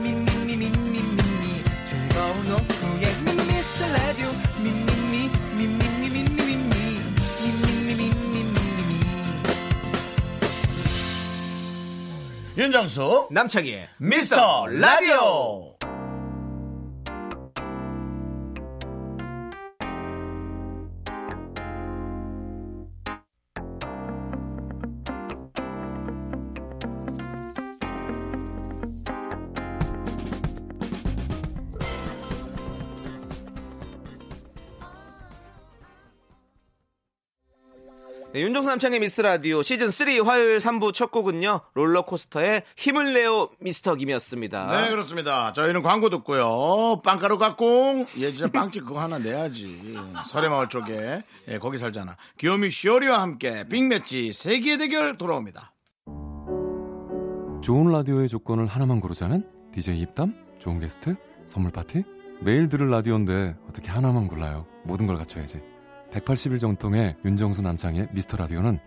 미미미 미미미 즐거운 오후에 미스터 라디오 미미미 미미미 미미미 미미미 미미미
윤정수
남창희의
미스터 라디오
네, 윤종수 남창의 미스 라디오 시즌 3 화요일 3부 첫 곡은요 롤러코스터의 힘을 내요 미스터 김이었습니다.
네 그렇습니다 저희는 광고 듣고요 빵가루 깎공 예 진짜 <laughs> 빵집 그거 하나 내야지 설해마을 쪽에 예, 거기 살잖아 귀요미 쇼리와 함께 빅매치 세계 대결 돌아옵니다
좋은 라디오의 조건을 하나만 고르자면 DJ 입담, 좋은 게스트, 선물 파티 매일 들을 라디오인데 어떻게 하나만 골라요 모든 걸 갖춰야지 180일 정통의 윤정수 남창의 미스터 라디오는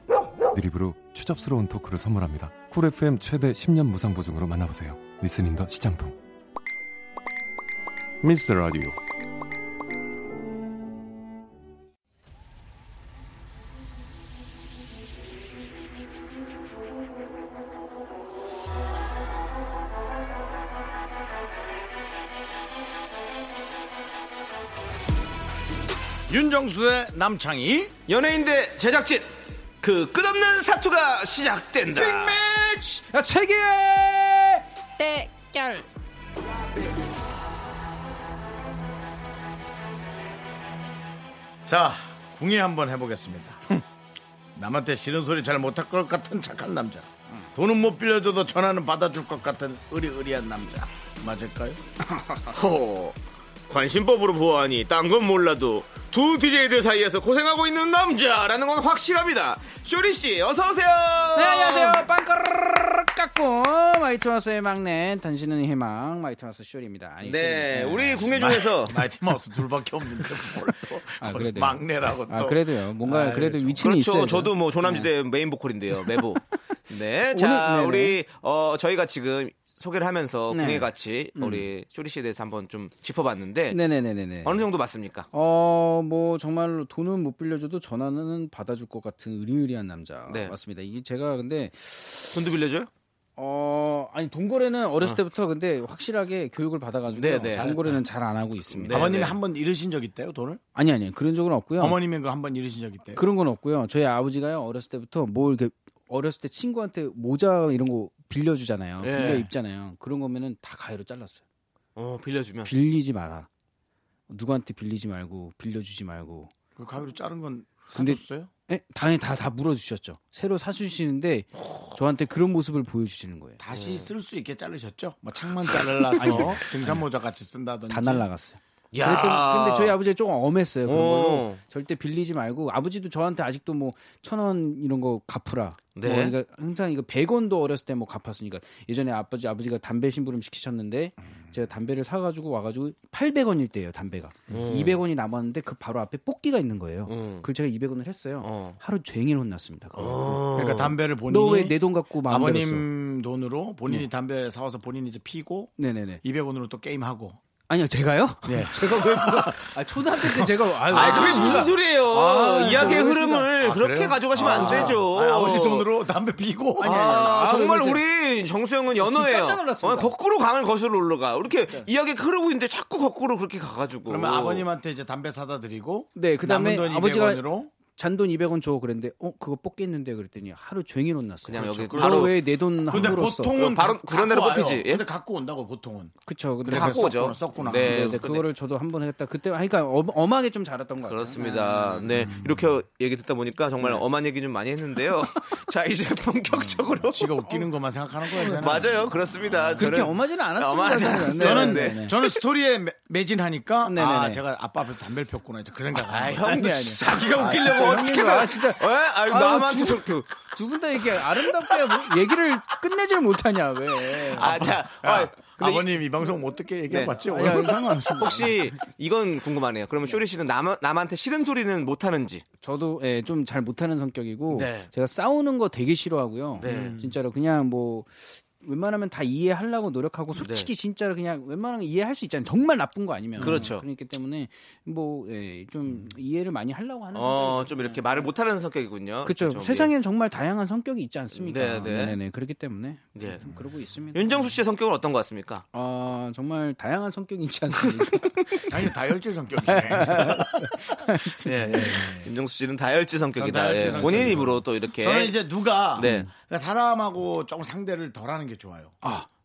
드립으로 추접스러운 토크를 선물합니다 쿨 FM 최대 10년 무상 보증으로 만나보세요 리스닝 더 시장통 미스터 라디오
윤정수의 남창희
연예인 대 제작진 그 끝없는 사투가 시작된다. 빅매치 아, 세계
자, 궁예 한번 해보겠습니다. <laughs> 남한테 싫은 소리 잘 못할 것 같은 착한 남자. 돈은 못 빌려줘도 전화는 받아줄 것 같은 의리의리한 남자.
<laughs>
맞을까요?
허 관심법으로 보아하니 딴 건 몰라도 두 DJ들 사이에서 고생하고 있는 남자라는 건 확실합니다. 쇼리 씨 어서 오세요.
네, 안녕하세요. 빵가르르 깎고 마이트마스의 막내 단신은 희망 마이트마스 쇼리입니다. 아니,
네,
쇼리입니다.
우리 궁예 중에서
마이티 마우스 둘밖에 없는데 뭘 또. 거기서
아, 그래도요.
막내라고 또.
아 그래도요. 뭔가
아유,
그래도
좀.
위치는
그렇죠.
있어요. 네.
저도 뭐 조남지대 의 메인 보컬인데요.
<laughs>
메보. 네. 자,
오늘- 네네.
우리 어 저희가 지금 소개를 하면서
네.
궁예 같이 우리 쇼리 씨에 대해서 한번 좀 짚어봤는데
네네네네네.
어느 정도 맞습니까?
어, 뭐 정말로 돈은 못 빌려줘도 전화는 받아줄 것 같은 의리의리한 남자
네.
맞습니다. 이게 제가 근데
돈도 빌려줘요?
어 아니 동거래는 어렸을 때부터 근데 확실하게 교육을 받아가지고
네, 네.
동거래는 잘 안 하고 있습니다.
아버님이
네.
한 번 잃으신 적 있대요, 돈을?
아니 아니 그런 적은 없고요.
어머님이 그 한 번 잃으신 적 있대요.
그런 건 없고요. 저희 아버지가요 어렸을 때부터 뭘 이렇게 어렸을 때 친구한테 모자 이런 거 빌려주잖아요.
예.
빌려 입잖아요. 그런 거면은 다 가위로 잘랐어요.
네. 어, 빌려주면.
빌리지 마라. 누구한테 빌리지 말고 빌려주지 말고.
그 가위로 자른 건
근데-
사줬어요?
예? 당연히 다 다 물어주셨죠. 새로 사주시는데 저한테 그런 모습을 보여주시는 거예요.
다시 쓸 수 있게 자르셨죠? 뭐 창만 자르라서 등산모자 같이 쓴다든지.
다 날라갔어요.
야.
그랬더니 근데 저희 아버지가 조금 엄했어요. 그런 걸로
어.
절대 빌리지 말고 아버지도 저한테 아직도 뭐 천 원 이런 거 갚으라.
네.
뭐 그러니까 항상 이거 100원도 어렸을 때 뭐 갚았으니까 예전에 아버지 아버지가 담배 심부름 시키셨는데 제가 담배를 사 가지고 와 가지고 800원일 때예요, 담배가. 200원이 남았는데 그 바로 앞에 뽑기가 있는 거예요.
음.
그걸 제가 200원을 했어요.
어.
하루 종일 혼났습니다.
그러니까 담배를 본인이
어. 너 왜 내 돈 갖고 마음대로 예. 써?
아버님 돈으로 본인이 담배 사와서 본인이 이제 피고
네네네.
200원으로 또 게임하고.
아니요, 제가요?
네.
<laughs> 제가 왜 뭐가 아, 초등학교 때 제가 아유,
아, 그게 무슨 소리예요? 이야기의
모르겠습니다.
흐름을
아,
그렇게
그래요?
가져가시면 안 되죠.
아, 아버지 돈으로 담배 피고.
아,
아니, 아니.
정말
아,
우리 정수영은 연어예요.
깜짝 놀랐습니다.
어, 거꾸로 강을 거슬러 올라가. 이렇게 이야기 흐르고 있는데 자꾸 거꾸로 그렇게 가가지고.
그러면 아버님한테 이제 담배 사다 드리고.
네, 그다음에
남은 돈
아버지가
200원으로.
잔돈 200원 줘 그랬는데 어 그거 뽑겠는데 그랬더니 하루 종일 혼났어요.
그냥 여기
바로,
바로-
왜 내 돈
근데
함부로 써?
보통은
바로
갖-
그런 대로
갖고 와요.
뽑히지, 예?
근데 갖고 온다고 보통은.
그쵸. 근데
갖고
그래서-
오죠.
썼구나, 썼구나.
네,
네, 네,
근데-
그거를 저도 한 번 했다. 그때 하니까 그러니까 엄, 엄하게 좀 자랐던 것 같아요.
그렇습니다. 네, 이렇게 얘기 듣다 보니까
네.
정말 엄한 얘기 좀 많이
<laughs>
했는데요. 자, 이제 본격적으로.
지가 웃기는 것만 생각하는 거예요. 저는.
<laughs> 맞아요. 그렇습니다.
음, 그렇게
저는-
엄하지는 않았습니다.
엄하지
저는.
않았어요.
저는
네,
네.
저는 스토리에 매- 매진하니까
네, 네,
아
네.
제가 아빠 앞에서 담배를 폈구나 이제 그 생각.
아,
아,
형도
아니,
<laughs>
아니.
자기가 웃기려고
진짜
어떻게든.
형님은- 아, 진짜.
예? 아유,
아유,
남한테
주-
저렇게.
두분 그 다 이렇게 아름답게 뭐- 얘기를 끝내질 못하냐 왜?
<laughs> 아, 자, 아, 근데
버님이 방송 못 듣게 얘기해
네.
봤지?
아, 야,
<laughs>
상관없습니다.
혹시 이건 궁금하네요. 그러면 쇼리 씨는 남, 남한테 싫은 소리는 못 하는지.
저도 예, 좀 잘 못하는 성격이고
네.
제가 싸우는 거 되게 싫어하고요.
네.
진짜로 그냥 뭐 웬만하면 다 이해하려고
네.
노력하고 솔직히 진짜로 그냥 웬만하면 이해할 수 있잖아요. 정말 나쁜 거 아니면
그렇죠. 음.
그렇기 때문에 뭐 예, 좀 이해를 많이 하려고 하는
어,
성격이-
좀 이렇게 말을 못 하는 성격이군요.
그렇죠.
좀, 예.
세상에는 정말 다양한 성격이 있지 않습니까?
네, 네.
네네. 그렇기 때문에
네.
좀 그러고 있습니다.
윤정수 씨의 성격은 어떤 것 같습니까?
아 정말 다양한 성격이 있지
<laughs>
않습니까?
아니 다혈질 성격이네. 예, <laughs> 예, 예.
윤정수 씨는 다혈질 성격이다.
전 다혈질
예.
성격이에요.
본인 입으로 또 이렇게.
저는 이제 누가
네.
그러니까 사람하고 조금 상대를 덜하는 게 좋아요.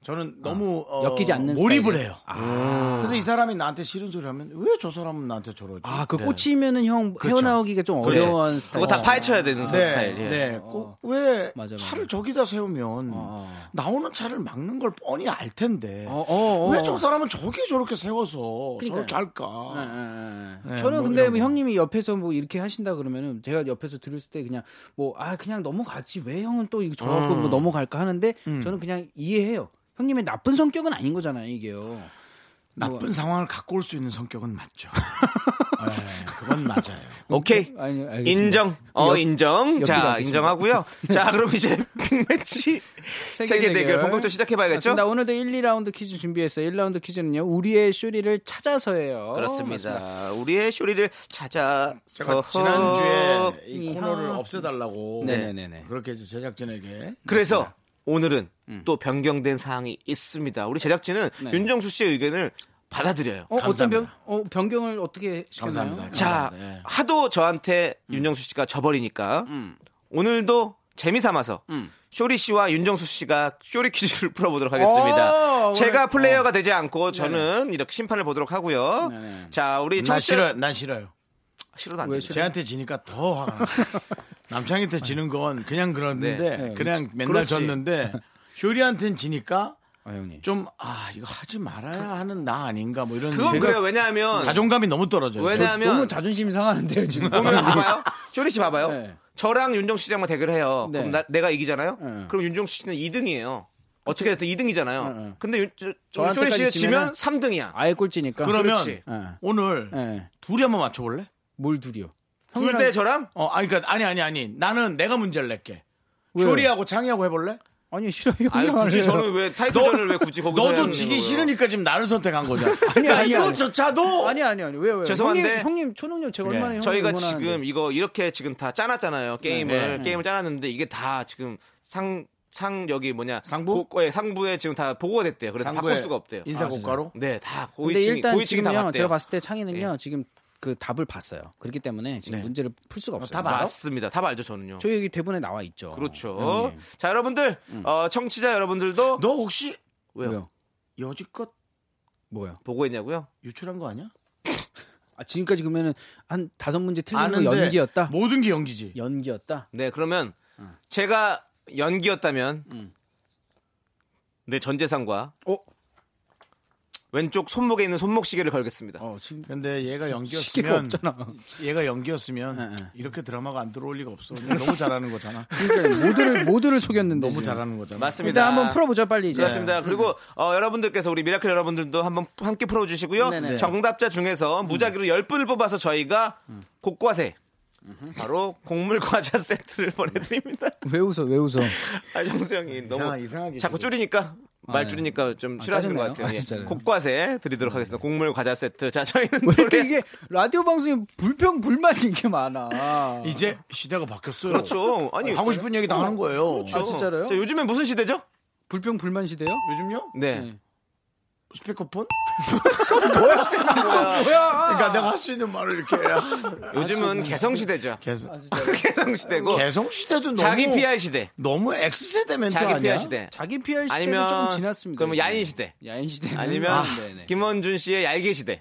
저는 너무 어,
아. 엮이지 않는
몰입을
스타일이에요. 아,
해요.
음.
그래서 이 사람이 나한테 싫은 소리 하면 왜 저 사람은 나한테 저러지?
아 그 꽂히면은 형
그렇죠.
헤어나오기가 좀
네. 그렇죠.
어려운 스타일. 아.
그거 다 파헤쳐야 되는 스타일. 예.
네. 꼭왜
맞아, 맞아.
차를 저기다 세우면 나오는 차를 막는 걸 뻔히 알 텐데
어, 어, 어.
왜 저 사람은 저기 저렇게 세워서 저렇게
어.
할까?
예, 예, 예.
네,
저는
뭐
근데
이런
뭐
거.
형님이 옆에서 뭐 이렇게 하신다 그러면은 제가 옆에서 들었을 때 그냥 뭐 아 그냥 넘어가지 왜 형은 또 이거 저갖고
음.
뭐 넘어갈까 하는데 저는 그냥 이해해요. 형님의 나쁜 성격은 아닌 거잖아요 이게요.
나쁜 상황을 갖고 올 수 있는 성격은 맞죠. 네, 그건 맞아요.
오케이.
음, 아니, 알겠습니다.
인정. 어,
옆-
인정.
옆으로
자,
하겠습니다.
인정하고요.
<laughs>
자, 그럼 이제 빅매치 세계 대결 본격적으로 시작해봐야겠죠?
맞습니다. 오늘도 1, 2라운드 퀴즈 준비했어요. 1라운드 퀴즈는요. 우리의 쇼리를 찾아서예요.
그렇습니다.
맞습니다.
우리의 쇼리를 찾아서.
제가 지난주에 이 코너를
이하.
없애달라고
네네네네.
그렇게 이제 제작진에게
그래서 오늘은
음.
또 변경된 사항이 있습니다. 우리 제작진은
네.
윤정수 씨의 의견을 받아들여요.
어, 어떤 변,
감사합니다.
어, 변경을 어떻게 시켰나요?
감사합니다.
자,
아,
네.
하도 저한테
음.
윤정수 씨가 져버리니까 오늘도 재미 삼아서
음.
쇼리 씨와 윤정수 씨가 쇼리 퀴즈를 <laughs> 풀어보도록 하겠습니다.
오,
제가
오늘-
플레이어가 되지 않고 저는 이렇게 심판을 보도록 하고요.
네네.
자, 우리
난
청취
싫어요. 난 싫어요.
싫어도 안
왜
돼요.
싫어?
쟤한테 지니까 더 화가 나. 남창희한테 지는 건 그냥 그러는데
네.
그냥 맨날
그렇지.
졌는데 쇼리한테는 지니까
아, 형님.
좀 아 이거 하지 말아야 하는 나 아닌가 뭐 이런
그 그건
제가
그래요. 왜냐하면
자존감이 너무 떨어져요.
너무
왜냐하면
자존심
<laughs>
상하는데요, 지금.
보면 봐봐요. 쇼리 씨 봐봐요.
네.
저랑 윤정수 씨랑만 대결해요.
네.
그럼 나- 내가 이기잖아요.
네.
그럼 윤정수 씨는 2등이에요. 어떻게 됐든 2등이잖아요.
네, 네.
근데 윤- 저- 저-
저한테까지
쇼리 씨가 지면
지면은-
3등이야.
아예 꼴찌니까.
그러면 어,
그렇지. 네.
예.
오늘
예.
둘이 한번 맞춰볼래?
뭘 두려?
둘 대 저랑
어, 아니 그러니까 아니 아니 아니 나는 내가 문제를 낼게.
왜요?
쇼리하고 창희하고 해볼래?
아니 싫어요.
아니
형이랑
굳이
하래요.
저는 왜 타이틀전을 왜 굳이 거기서
너도
하는
지기
거예요?
싫으니까 지금 나를 선택한
<laughs>
거잖아.
아니,
그러니까
아니, 아니.
이거조차도
아니 아니 아니 왜 왜?
죄송한데-
형님, 형님 초능력 제가
예.
얼마나 형님
저희가
응원하는데.
지금 이거 이렇게 지금 다 짜놨잖아요 게임을
네, 네.
게임을 짜놨는데 이게 다 지금 상 상 여기 뭐냐
상부?
고- 예, 상부에 지금 다 보고가 됐대요. 그래서
당구에
바꿀 수가 없대요.
인사고가로
네, 다
근데
고위층이
일단
고위층이 다
지금요.
맞대요.
제가 봤을 때 창희는요. 지금 그 답을 봤어요. 그렇기 때문에 지금 문제를 풀 수가 네. 없어요.
답 알아?
맞습니다. 다 알죠 저는요.
저희 여기 대본에 나와 있죠.
그렇죠.
형님.
자 여러분들 어, 청취자 여러분들도
너 혹시
왜요?
왜요?
여지껏
뭐요?
보고 했냐고요?
유출한 거 아니야?
<laughs> 아, 지금까지 그러면은 한 다섯 문제 틀린 거 연기였다.
모든 게 연기지.
연기였다.
네 그러면 제가 연기였다면 내 전재산과
어?
왼쪽 손목에 있는 손목 시계를 걸겠습니다.
어, 지금
근데 얘가
시계가
연기였으면
없잖아.
얘가 연기였으면
예,
이렇게 드라마가 안 들어올 리가 없어. 그냥 너무 잘하는
<laughs>
거잖아.
<laughs> 그러니까 모두를 모두를 속였는데
너무
지금.
잘하는 거잖아.
예. 맞습니다.
일단 한번 풀어보죠 빨리 이제.
그렇습니다. 그리고 어, 여러분들께서 우리 미라클 여러분들도 한번 함께 풀어주시고요.
네네.
정답자 중에서 무작위로 10분을 뽑아서 저희가 곡과세 바로 곡물 과자 세트를 <laughs> 보내드립니다.
왜 웃어 왜 <laughs> 웃어?
아, 정수 형이 너무
이상하- 이상하게
자꾸
지금. 줄이니까
줄이니까 말 줄이니까 좀
아,
싫어하시는 것
짜증나요?
같아요.
아,
예.
진짜요? 음.
곡과세 드리도록 하겠습니다. 곡물 과자 세트. 자, 저희는
왜 그러니까 이렇게
노래-
이게 라디오 방송에 불평 불만이 이렇게 많아.
이제 시대가 바뀌었어요.
그렇죠. 아니 그렇죠.
하고 싶은 얘기 다 하는 거예요.
아, 진짜로요?
자, 요즘엔 무슨 시대죠?
불평 불만 시대요?
아, 요즘요?
네.
네.
스피커폰?
뭐야.
그러니까 내가 할 수 있는 말을 이렇게 해야.
<laughs>
아,
요즘은 개성 시대죠.
개성,
<laughs> 개성 시대고
개성 시대도 너무
뭐, 자기 PR 시대.
너무 X세대 멘트
자기
아니야?
PR 시대.
자기 PR 시대는
네. 아니면
조금 지났습니다.
그러면 야인 시대.
야인 시대
아니면 네, 김원준 씨의 얄개
<laughs>
시대.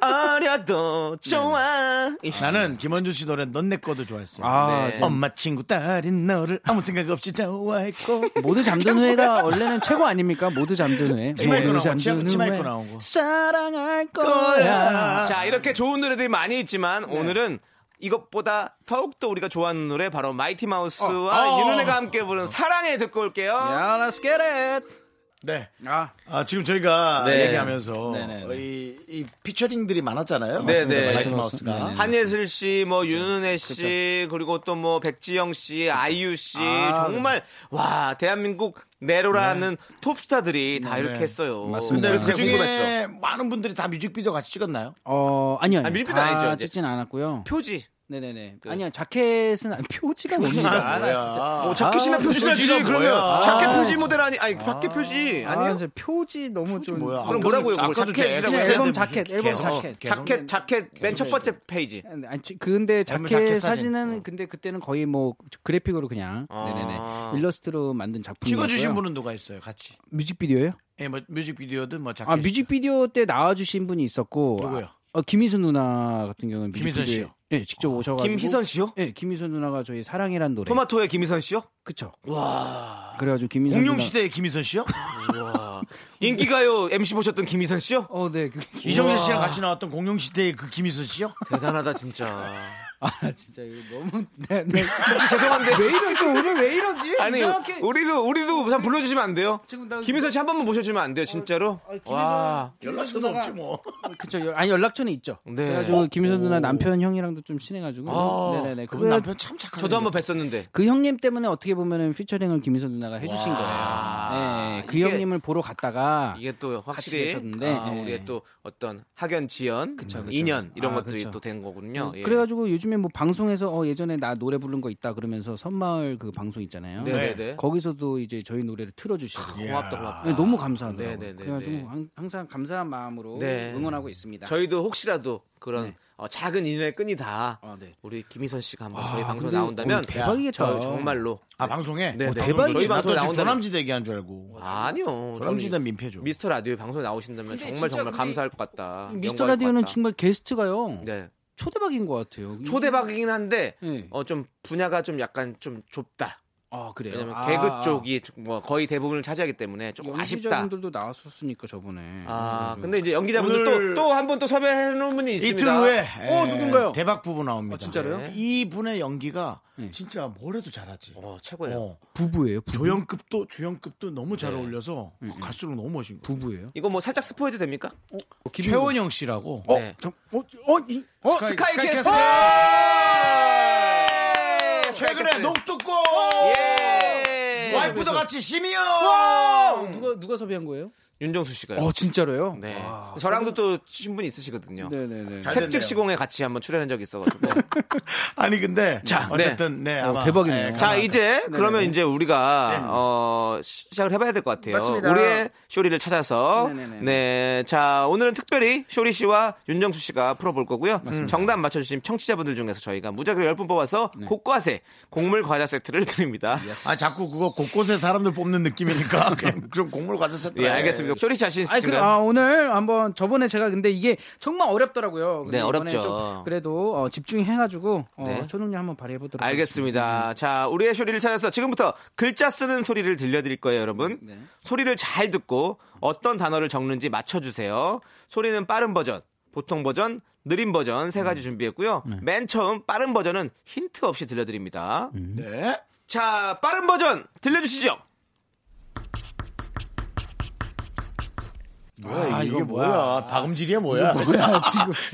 어려도 좋아.
나는 김원준 씨 노래 넌 내 거도 좋아했어. 요
아
네.
진짜.
엄마 친구 딸인 너를 아무 생각 없이
<laughs>
좋아했고
모두 잠든 후에가 원래는 최고 아닙니까? 모두 잠든 후에.
치마 입고
모두
나온 거, 치마- 치마 입고 나온 거.
사랑할 거야.
자, 이렇게 좋은 노래들이 많이 있지만 오늘은 이것보다 더욱더 우리가 좋아하는 노래 바로 마이티 마우스와
어.
윤은혜가 함께 부른 사랑해 듣고 올게요.
야, let's get it.
네.
아,
아, 지금 저희가
네.
얘기하면서
네네네.
이, 이 피처링들이 많았잖아요.
네, 네.
라이트 마우스가. 아,
한예슬 씨, 뭐 윤은혜 씨, 그리고 또 뭐 백지영 씨, 아이유 씨, 정말 와 대한민국 내로라는 톱스타들이 다 이렇게 했어요.
맞습니다.
네, 그래서
그
제가 궁금했어.
중에 많은 분들이 다 뮤직비디오 같이 찍었나요?
어, 아니요.
아,
아니요.
밀피도
다
아니죠, 이제.
찍진 않았고요.
표지.
네네네. 아니요, 자켓은, 아니, 표지가 뭡니까? 아, 나 진짜.
뭐 자켓이나
아,
표지나
표지가
주지 그러면
뭐야.
자켓
아.
표지 모델 아니 아니 자켓 표지
아,
아니에요?
이제 표지 너무 좀.
뭐야?
그럼 뭐라고요, 그걸?
아까도
자켓,
제
그냥
X세대
앨범
무슨
자켓, 앨범
개성,
자켓.
개성.
어, 자켓 자켓 맨 첫 번째 페이지.
아니, 지- 근데
자켓 사진.
자켓, 사진은 근데 그때는 거의 뭐 그래픽으로 그냥
아.
네네네 일러스트로 만든
음,
작품
찍어주신 분은 누가 있어요? 같이.
뮤직비디오예요?
예, 뭐 뮤직비디오든 뭐 자켓.
아 뮤직비디오 때 나와주신 분이 있었고
누구요?
아, 어, 김희선 누나 같은 경우는
김희선
뮤직비디오에-
씨요?
예 직접
뭐
오셔가지고
김희선 씨요?
예 김희선 누나가 저희 사랑이란 노래
토마토의 김희선 씨요?
그쵸 와 그래가지고 김희선
공룡
누나-
시대의 김희선 씨요? <laughs>
인기가요 MC 보셨던 김희선 씨요?
어네 그,
이정재 씨랑 같이 나왔던 공룡 시대의 그 김희선 씨요?
대단하다 진짜.
<laughs> 아 진짜 이거 너무 네, 네.
죄송한데
왜 이러지 오늘 왜 이러지
아니
이상하게
우리도 우리도 한번 불러주시면 안 돼요?
지금 나-
김희선 씨 한 번만 모셔주면 안
어,
돼요 진짜로?
아,
와.
연락처도 없지 뭐.
그쵸. 여- 아니 연락처는 있죠.
네.
그래가지고 김희선 누나 남편 형이랑도 좀 친해가지고.
아,
네네네. 그,
그 남편 참 착한.
저도 한번 뵀었는데.
그 형님 때문에 어떻게 보면은 피처링을 김희선 누나가 해주신 거예요. 네. 그
이게-
형님을 보러 갔다가.
이게 또 확실히
계셨는데,
아,
예.
우리의 또 어떤 학연 지연,
그쵸, 그쵸.
인연 이런
아,
것들이
그쵸.
또 된 거군요. 예.
그래가지고 요즘에 뭐 방송에서 어, 예전에 나 노래 부른 거 있다 그러면서 선마을 그 방송 있잖아요.
네네네.
거기서도 이제 저희 노래를 틀어주시고.
고맙다 고맙다.
네, 너무 감사하더라고요.
네네네네.
그래가지고 항- 항상 감사한 마음으로
네.
응원하고 있습니다.
저희도 혹시라도 그런
네.
어, 작은 인연의 끈이 다
아, 네.
우리 김희선 씨가 한번 저희 방송 에
아, 근데
나온다면
오늘 대박이겠다.
저 정말로
아 방송에.
네, 네.
대박이지.
저희
나도 지금
방송에 나온다면-
조남지대 얘기한 줄 알고.
아니요.
조남지대
저는
민폐죠.
미스터 라디오 방송에 나오신다면 정말 정말 감사할 것 같다.
미스터
영광일 것
라디오는
같다.
정말 게스트가요.
네.
초대박인 것 같아요.
초대박이긴 한데
네.
어, 좀 분야가 좀 약간 좀 좁다.
아 그래요.
왜냐면
아,
개그 쪽이 좀뭐 거의 대부분을 차지하기 때문에 조금 아쉽다.
연기자분들도 음. 나왔었으니까 저번에.
아,
그래가지고.
근데 이제 연기자분들
오늘-
또또 한 번 또 섭외해 놓은 분이 있습니다.
이틀 후에
어,
예,
누군가요?
대박 부부 나옵니다.
아, 진짜로요?
네. 이 분의 연기가
네.
진짜 뭘 해도 잘하지.
어, 최고예요.
어,
부부예요. 부부?
조연급도 주연급도 너무 잘 어울려서 갈수록 너무 멋있는 거.
부부예요.
이거 뭐 살짝 스포해도 됩니까?
최원영 씨라고.
네.
어,
스카이 캐슬!
최근에 녹두고
예!
와이프도 같이 심이요.
어, 누가 누가 섭외한 거예요?
윤정수 씨가요.
어 진짜로요?
네. 저랑도 또 친분이 있으시거든요.
네네네.
잘 됐네요.
색즉 시공에 같이 한번 출연한 적이 있어가지고.
<laughs> 아니 근데
자, 네.
어쨌든 네, 아마
대박이네요.
예,
자,
가만-
이제 그러면 이제 우리가 어, 시- 시작을 해봐야 될 것 같아요.
맞습니다.
우리의 쇼리를 찾아서.
네네네.
네. 자, 오늘은 특별히 쇼리 씨와 윤정수 씨가 풀어볼 거고요. 음, 정답 맞춰주신 청취자분들 중에서 저희가 무작위로 10분 뽑아서
네.
곡과세, 곡물 과자 세트를 드립니다.
예,
예,
아 자꾸 그거 곳곳에 사람들 뽑는 느낌이니까 그냥 <laughs> 좀 곡물 과자 세트.
예, 알겠습니다. 이거 쇼리 자신
아니, 그,
있으신가요?
아, 오늘 한번 저번에 제가 근데 이게 정말 어렵더라고요.
네,
근데 이번에
어렵죠.
좀 그래도 어, 집중해가지고 어,
네.
초능력 한번 발휘해보도록 음.
알겠습니다. 자, 우리의 쇼리를 찾아서 지금부터 글자 쓰는 소리를 들려드릴 거예요, 여러분.
네.
소리를 잘 듣고 어떤 단어를 적는지 맞춰주세요. 소리는 빠른 버전, 보통 버전, 느린 버전 세
음.
가지 준비했고요.
네.
맨 처음 빠른 버전은 힌트 없이 들려드립니다.
음.
네.
자, 빠른 버전 들려주시죠.
뭐야 아, 이게 뭐야? 박음질이야 뭐야? <laughs> 지금?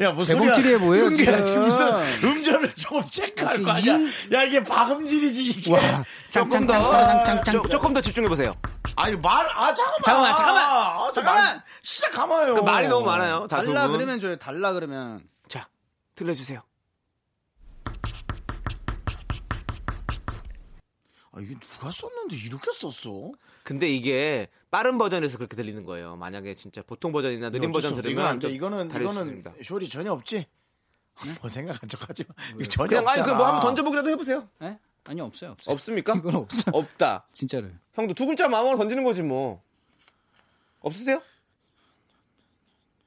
야 무슨 소리야?
개봉질이야, 뭐예요,
이런 게
지금?
지금 무슨 음절을 조금 체크할 거 아니야? 야 이게 박음질이지 이게.
조금 더, 조- 조금 더 집중해보세요.
아니 말아 잠깐만.
잠깐만, 잠깐만.
아, 잠깐만. 시작 감아요.
그 말이 너무 많아요. 다 두
달라
분.
그러면 줘요. 달라 그러면.
자, 들려주세요.
아, 이게 누가 썼는데 이렇게 썼어?
근데 이게 빠른 버전에서 그렇게 들리는 거예요. 만약에 진짜 보통 버전이나 느린 버전 들으면
이건 안 돼.
좀
이거는
다를 수
이거는
있습니다.
쇼리 전혀 없지. 뭐 생각한 척하지 마. 이거 전혀
그냥 아니
없잖아.
그뭐 한번 던져보기라도 해보세요.
예? 아니요 없어요 없어요.
없습니까?
이건 없어.
없다.
진짜로요.
형도 두 글자 마음으로 던지는 거지 뭐. 없으세요?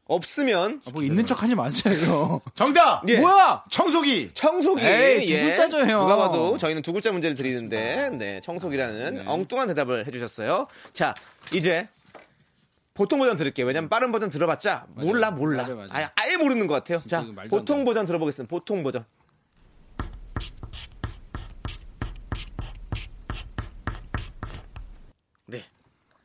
없으면
아, 뭐 있는 척하지 <laughs> 마세요.
정답.
예.
아, 뭐야?
청소기.
청소기.
에이, 두 글자죠, 형.
예. 누가 봐도 저희는 두 글자 문제를 드리는데, 네, 청소기라는 엉뚱한 대답을 해주셨어요. 자, 이제 보통 버전 들을게요. 왜냐면 빠른 버전 들어봤자 몰라 몰라.
음. 맞아요, 맞아요.
아예 모르는 것 같아요.
진짜
자,
이거 말도 안
보통
돼요.
버전 들어보겠습니다. 보통 버전. 네.
아,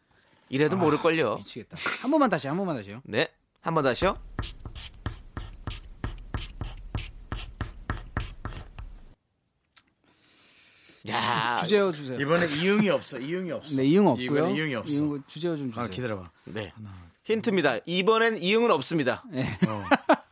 이래도 모를걸요.
미치겠다. 한 번만 다시 한 번만 다시요.
네. 한 번 다시요. 야.
주제어 주세요.
이번에 이응이 없어. 이응이 없어.
네 이응 없고요.
이번에 이응이 없어.
이응 주제어 좀 주세요.
아 기다려봐.
네. 힌트입니다. 이번엔 이응은 없습니다.
어.
<laughs>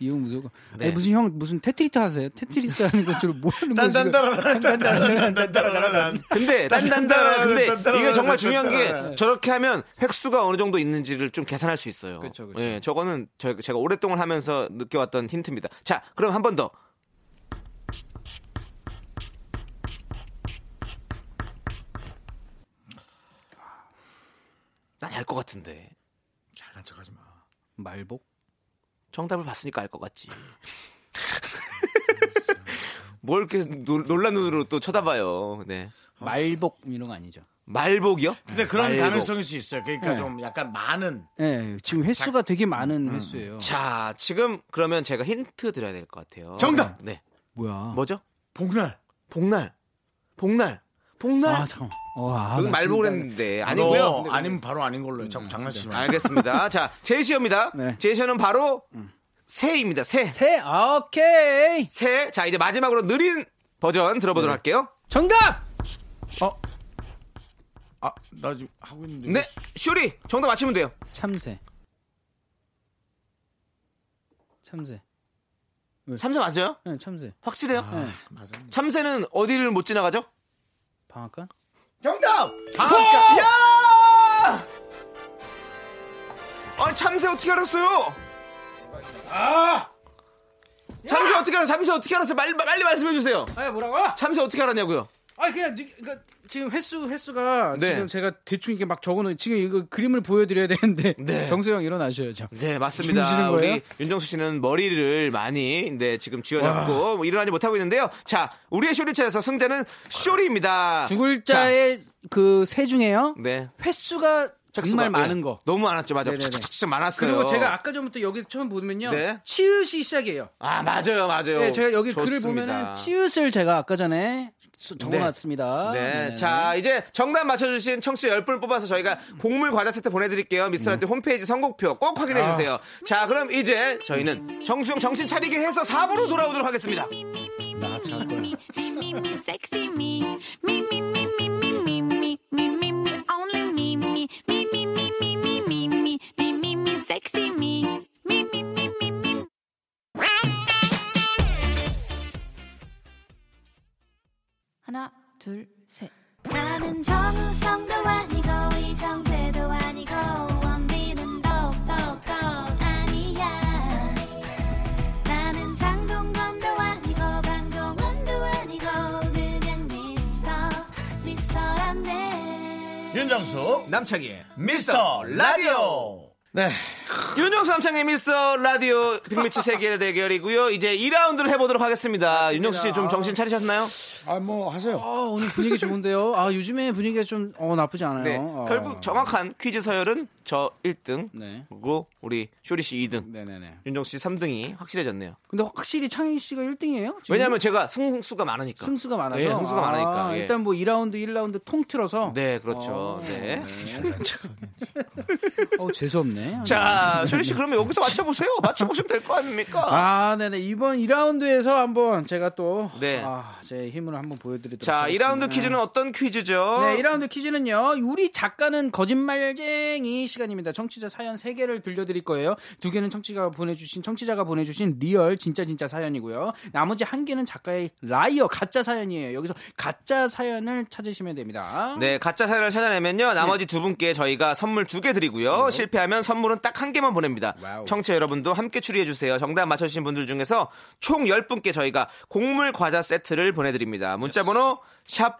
이응 무조건. 아니, 무슨 형 무슨 테트리스 하세요? 테트리스 하는 것처럼 모르는 거지.
딴딴따라란딴딴따라란.
<laughs> 근데 단단단단 근데
단단단단
이게 정말
단단단단
중요한 게
단단단단.
저렇게 하면 획수가 어느 정도 있는지를 좀 계산할 수 있어요.
그쵸, 그쵸.
예, 저거는 저, 제가 오랫동안 하면서 느껴왔던 힌트입니다. 자, 그럼 한 번 더. 난 알 것 같은데.
잘난 척하지 마.
말복.
정답을 봤으니까 알 것
<laughs>
같지. 뭘 이렇게 놀- 놀란 눈으로 또 쳐다봐요. 네.
어? 말복 이런 거 아니죠?
말복이요?
근데 그런
말복.
가능성일 수 있어요. 그러니까
네.
좀 약간 많은
예, 네, 지금 횟수가 되게 많은 횟수예요.
자, 지금 그러면 제가 힌트 드려야 될 것 같아요.
정답!
네.
뭐야?
뭐죠?
복날.
복날. 복날. 복날.
아 잠깐. 와.
여기
맞습니다.
말복을 했는데
너
아니고요.
어,
네,
아니면 바로 아닌
음,
걸로 해. 자꾸 장난치지 마.
알겠습니다. 자, 제시어입니다.
네. 음.
제시어는 바로 새입니다. 새.
새. 아, 오케이.
새. 자, 이제 마지막으로 느린 버전 들어보도록
네.
할게요.
정답.
아, 나 지금 하고 있는데.
네. 슈리. 정답 맞히면 돼요.
참새. 참새.
참새 맞아요?
네, 참새.
확실해요?
네.
참새는 어디를 못 지나가죠?
방앗간?
정답.
아, 야! 아니 참새 어떻게 알았어요? 아! 참새 어떻게 알았어? 참새 어떻게 알았어요? 빨리 빨리 말씀해 주세요.
아, 뭐라고?
참새 어떻게 알았냐고요?
아 그냥 느- 그러니까 지금 횟수 횟수가
네.
지금 제가 대충 이게 막 적어놓은 지금 이거 그림을 보여드려야 되는데
네.
정수 형 일어나셔야죠.
네,
주무시는
맞습니다.
거예요?
우리 윤정수 씨는 머리를 많이 네, 지금 쥐어잡고 뭐 일어나지 못하고 있는데요. 자, 우리의 쇼리 차에서 승자는 쇼리입니다.
두 글자의 그 세 중에요.
네.
횟수가 정말
횟수가-
많은
예.
거.
너무 많았죠. 맞아.
네네네.
착착착 착 많았어요.
그리고 제가 아까 전부터 여기 처음 보면요.
네.
치읓이 시작이에요.
아, 맞아요. 맞아요.
네, 제가 여기 글을
좋습니다.
보면은 치읓을 제가 아까 전에 수- 적어놨습니다.
네.
네네네.
자, 이제 정답 맞춰주신 청취자 10분 뽑아서 저희가 곡물 과자 세트 보내드릴게요. 미스터라디 홈페이지 선곡표 꼭 확인해주세요. 자, 그럼 이제 저희는 정수영 정신 차리게 해서 4부로 돌아오도록 하겠습니다.
Sexy me, me, me, me, me, me, me, me, me, me, me, only me, me, me, me, me, me, me, me, me, me, me, me, sexy me, me, me, me, me, me. 하나, 둘, 셋. 나는 정우성도 아니고 이정재도 아니고 원빈은 더욱더 아니야 나는 장동건도 아니고 방종원도 아니고 그냥 미스터 미스터란데
윤정수
남창희의
미스터 라디오
어,
네
윤정수 남창희 미스터 라디오 빅매치 세계 대결이고요. 이제 2라운드를 해보도록 하겠습니다. 윤정수 씨 좀 정신 차리셨나요?
아 뭐 하세요
아, 오늘 분위기 좋은데요. 아, 요즘에 분위기가 좀 어, 나쁘지 않아요.
네.
어.
결국 정확한 퀴즈 서열은 저 1등,
네.
그리고 우리 쇼리 씨 2등,
네네네.
윤정수 씨 3등이 확실해졌네요.
근데 확실히 창희 씨가 1등이에요?
왜냐하면 제가 승수가 많으니까.
승수가 많아서.
예, 승수가 많으니까, 예.
일단 뭐 2라운드, 1라운드 통틀어서.
네, 그렇죠. 네.
<laughs> 어, 재수없네.
자, 쇼리 씨 그러면 여기서 맞춰보세요. 맞춰보시면 될 거 아닙니까?
음. 아, 네네. 이번 2라운드에서 한번 제가 또.
네.
아, 제 힘을 한번 보여드리도록
자,
하겠습니다.
2라운드 퀴즈는 어떤 퀴즈죠?
네, 1라운드 퀴즈는요. 우리 작가는 거짓말쟁이 시간입니다. 청취자 사연 3개를 들려드릴 거예요. 두 개는 청취자가 보내주신 청취자가 보내주신 리얼 진짜 진짜 사연이고요. 나머지 한 개는 작가의 라이어 가짜 사연이에요. 여기서 가짜 사연을 찾으시면 됩니다.
네, 가짜 사연을 찾아내면요. 나머지
네.
두 분께 저희가 선물 두 개 드리고요. 실패하면 선물은 딱 한 개만 보냅니다.
와우.
청취 자 여러분도 함께 추리해 주세요. 정답 맞춰 주신 분들 중에서 총 10분께 저희가 곡물 과자 세트를 보내 드립니다. 문자 번호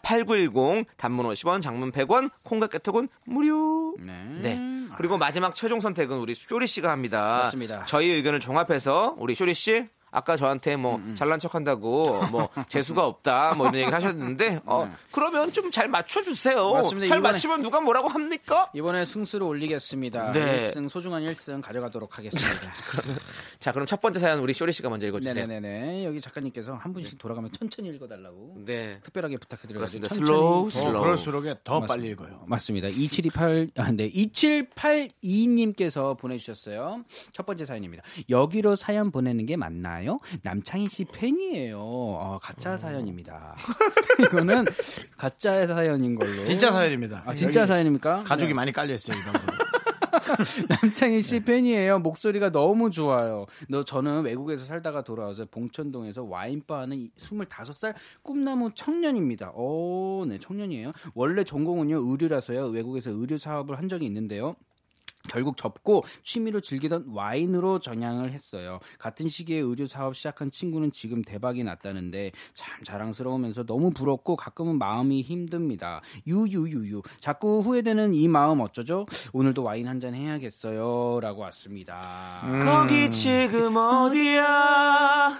샵8910 단문 50원, 장문 100원, 콩과 깨톡은 무료. 네. 그리고 마지막 최종 선택은 우리 쇼리 씨가 합니다.
맞습니다.
저희 의견을 종합해서 우리 쇼리 씨 아까 저한테 뭐 잘난 척한다고 <laughs> 뭐 재수가 없다 뭐 이런 얘기를 하셨는데 어 그러면 좀 잘 맞춰주세요.
맞습니다.
잘
이번에-
맞추면 누가 뭐라고 합니까?
이번에 승수를 올리겠습니다.
네.
1승 소중한 1승 가져가도록
<laughs>
하겠습니다.
자 그럼 첫 번째 사연 우리 쇼리 씨가 먼저 읽어주세요.
네네네네. 여기 작가님께서 한 분씩 돌아가면 천천히 읽어달라고
네.
특별하게 부탁해드려가지고
그렇습니다.
더
슬로우
천천히
슬로우.
그럴수록에 더 빨리 읽어요
맞습니다. 2728, 아, 네. 2782님께서 보내주셨어요. 첫 번째 사연입니다. 여기로 사연 보내는 게 맞나요? 남창희 씨 팬이에요. 어,
음.
가짜 사연입니다. <laughs> 이거는 가짜 사연인 걸로.
진짜 사연입니다
아, 진짜
여기
사연입니까?
가족이
네.
많이 깔려있어요 이 방송
<laughs> 남창희 씨 팬이에요. 목소리가 너무 좋아요. 너 저는 외국에서 살다가 돌아와서 봉천동에서 와인바 하는 이- 25살 꿈나무 청년입니다. 오, 네, 청년이에요. 원래 전공은요, 의류라서요. 외국에서 의류 사업을 한 적이 있는데요. 결국 접고 취미로 즐기던 와인으로 전향을 했어요. 같은 시기에 의류 사업 시작한 친구는 지금 대박이 났다는데 참 자랑스러우면서 너무 부럽고 가끔은 마음이 힘듭니다. 유유유유. 자꾸 후회되는 이 마음 어쩌죠? 오늘도 와인 한 잔 해야겠어요. 라고 왔습니다.
음. 거기 지금 어디야?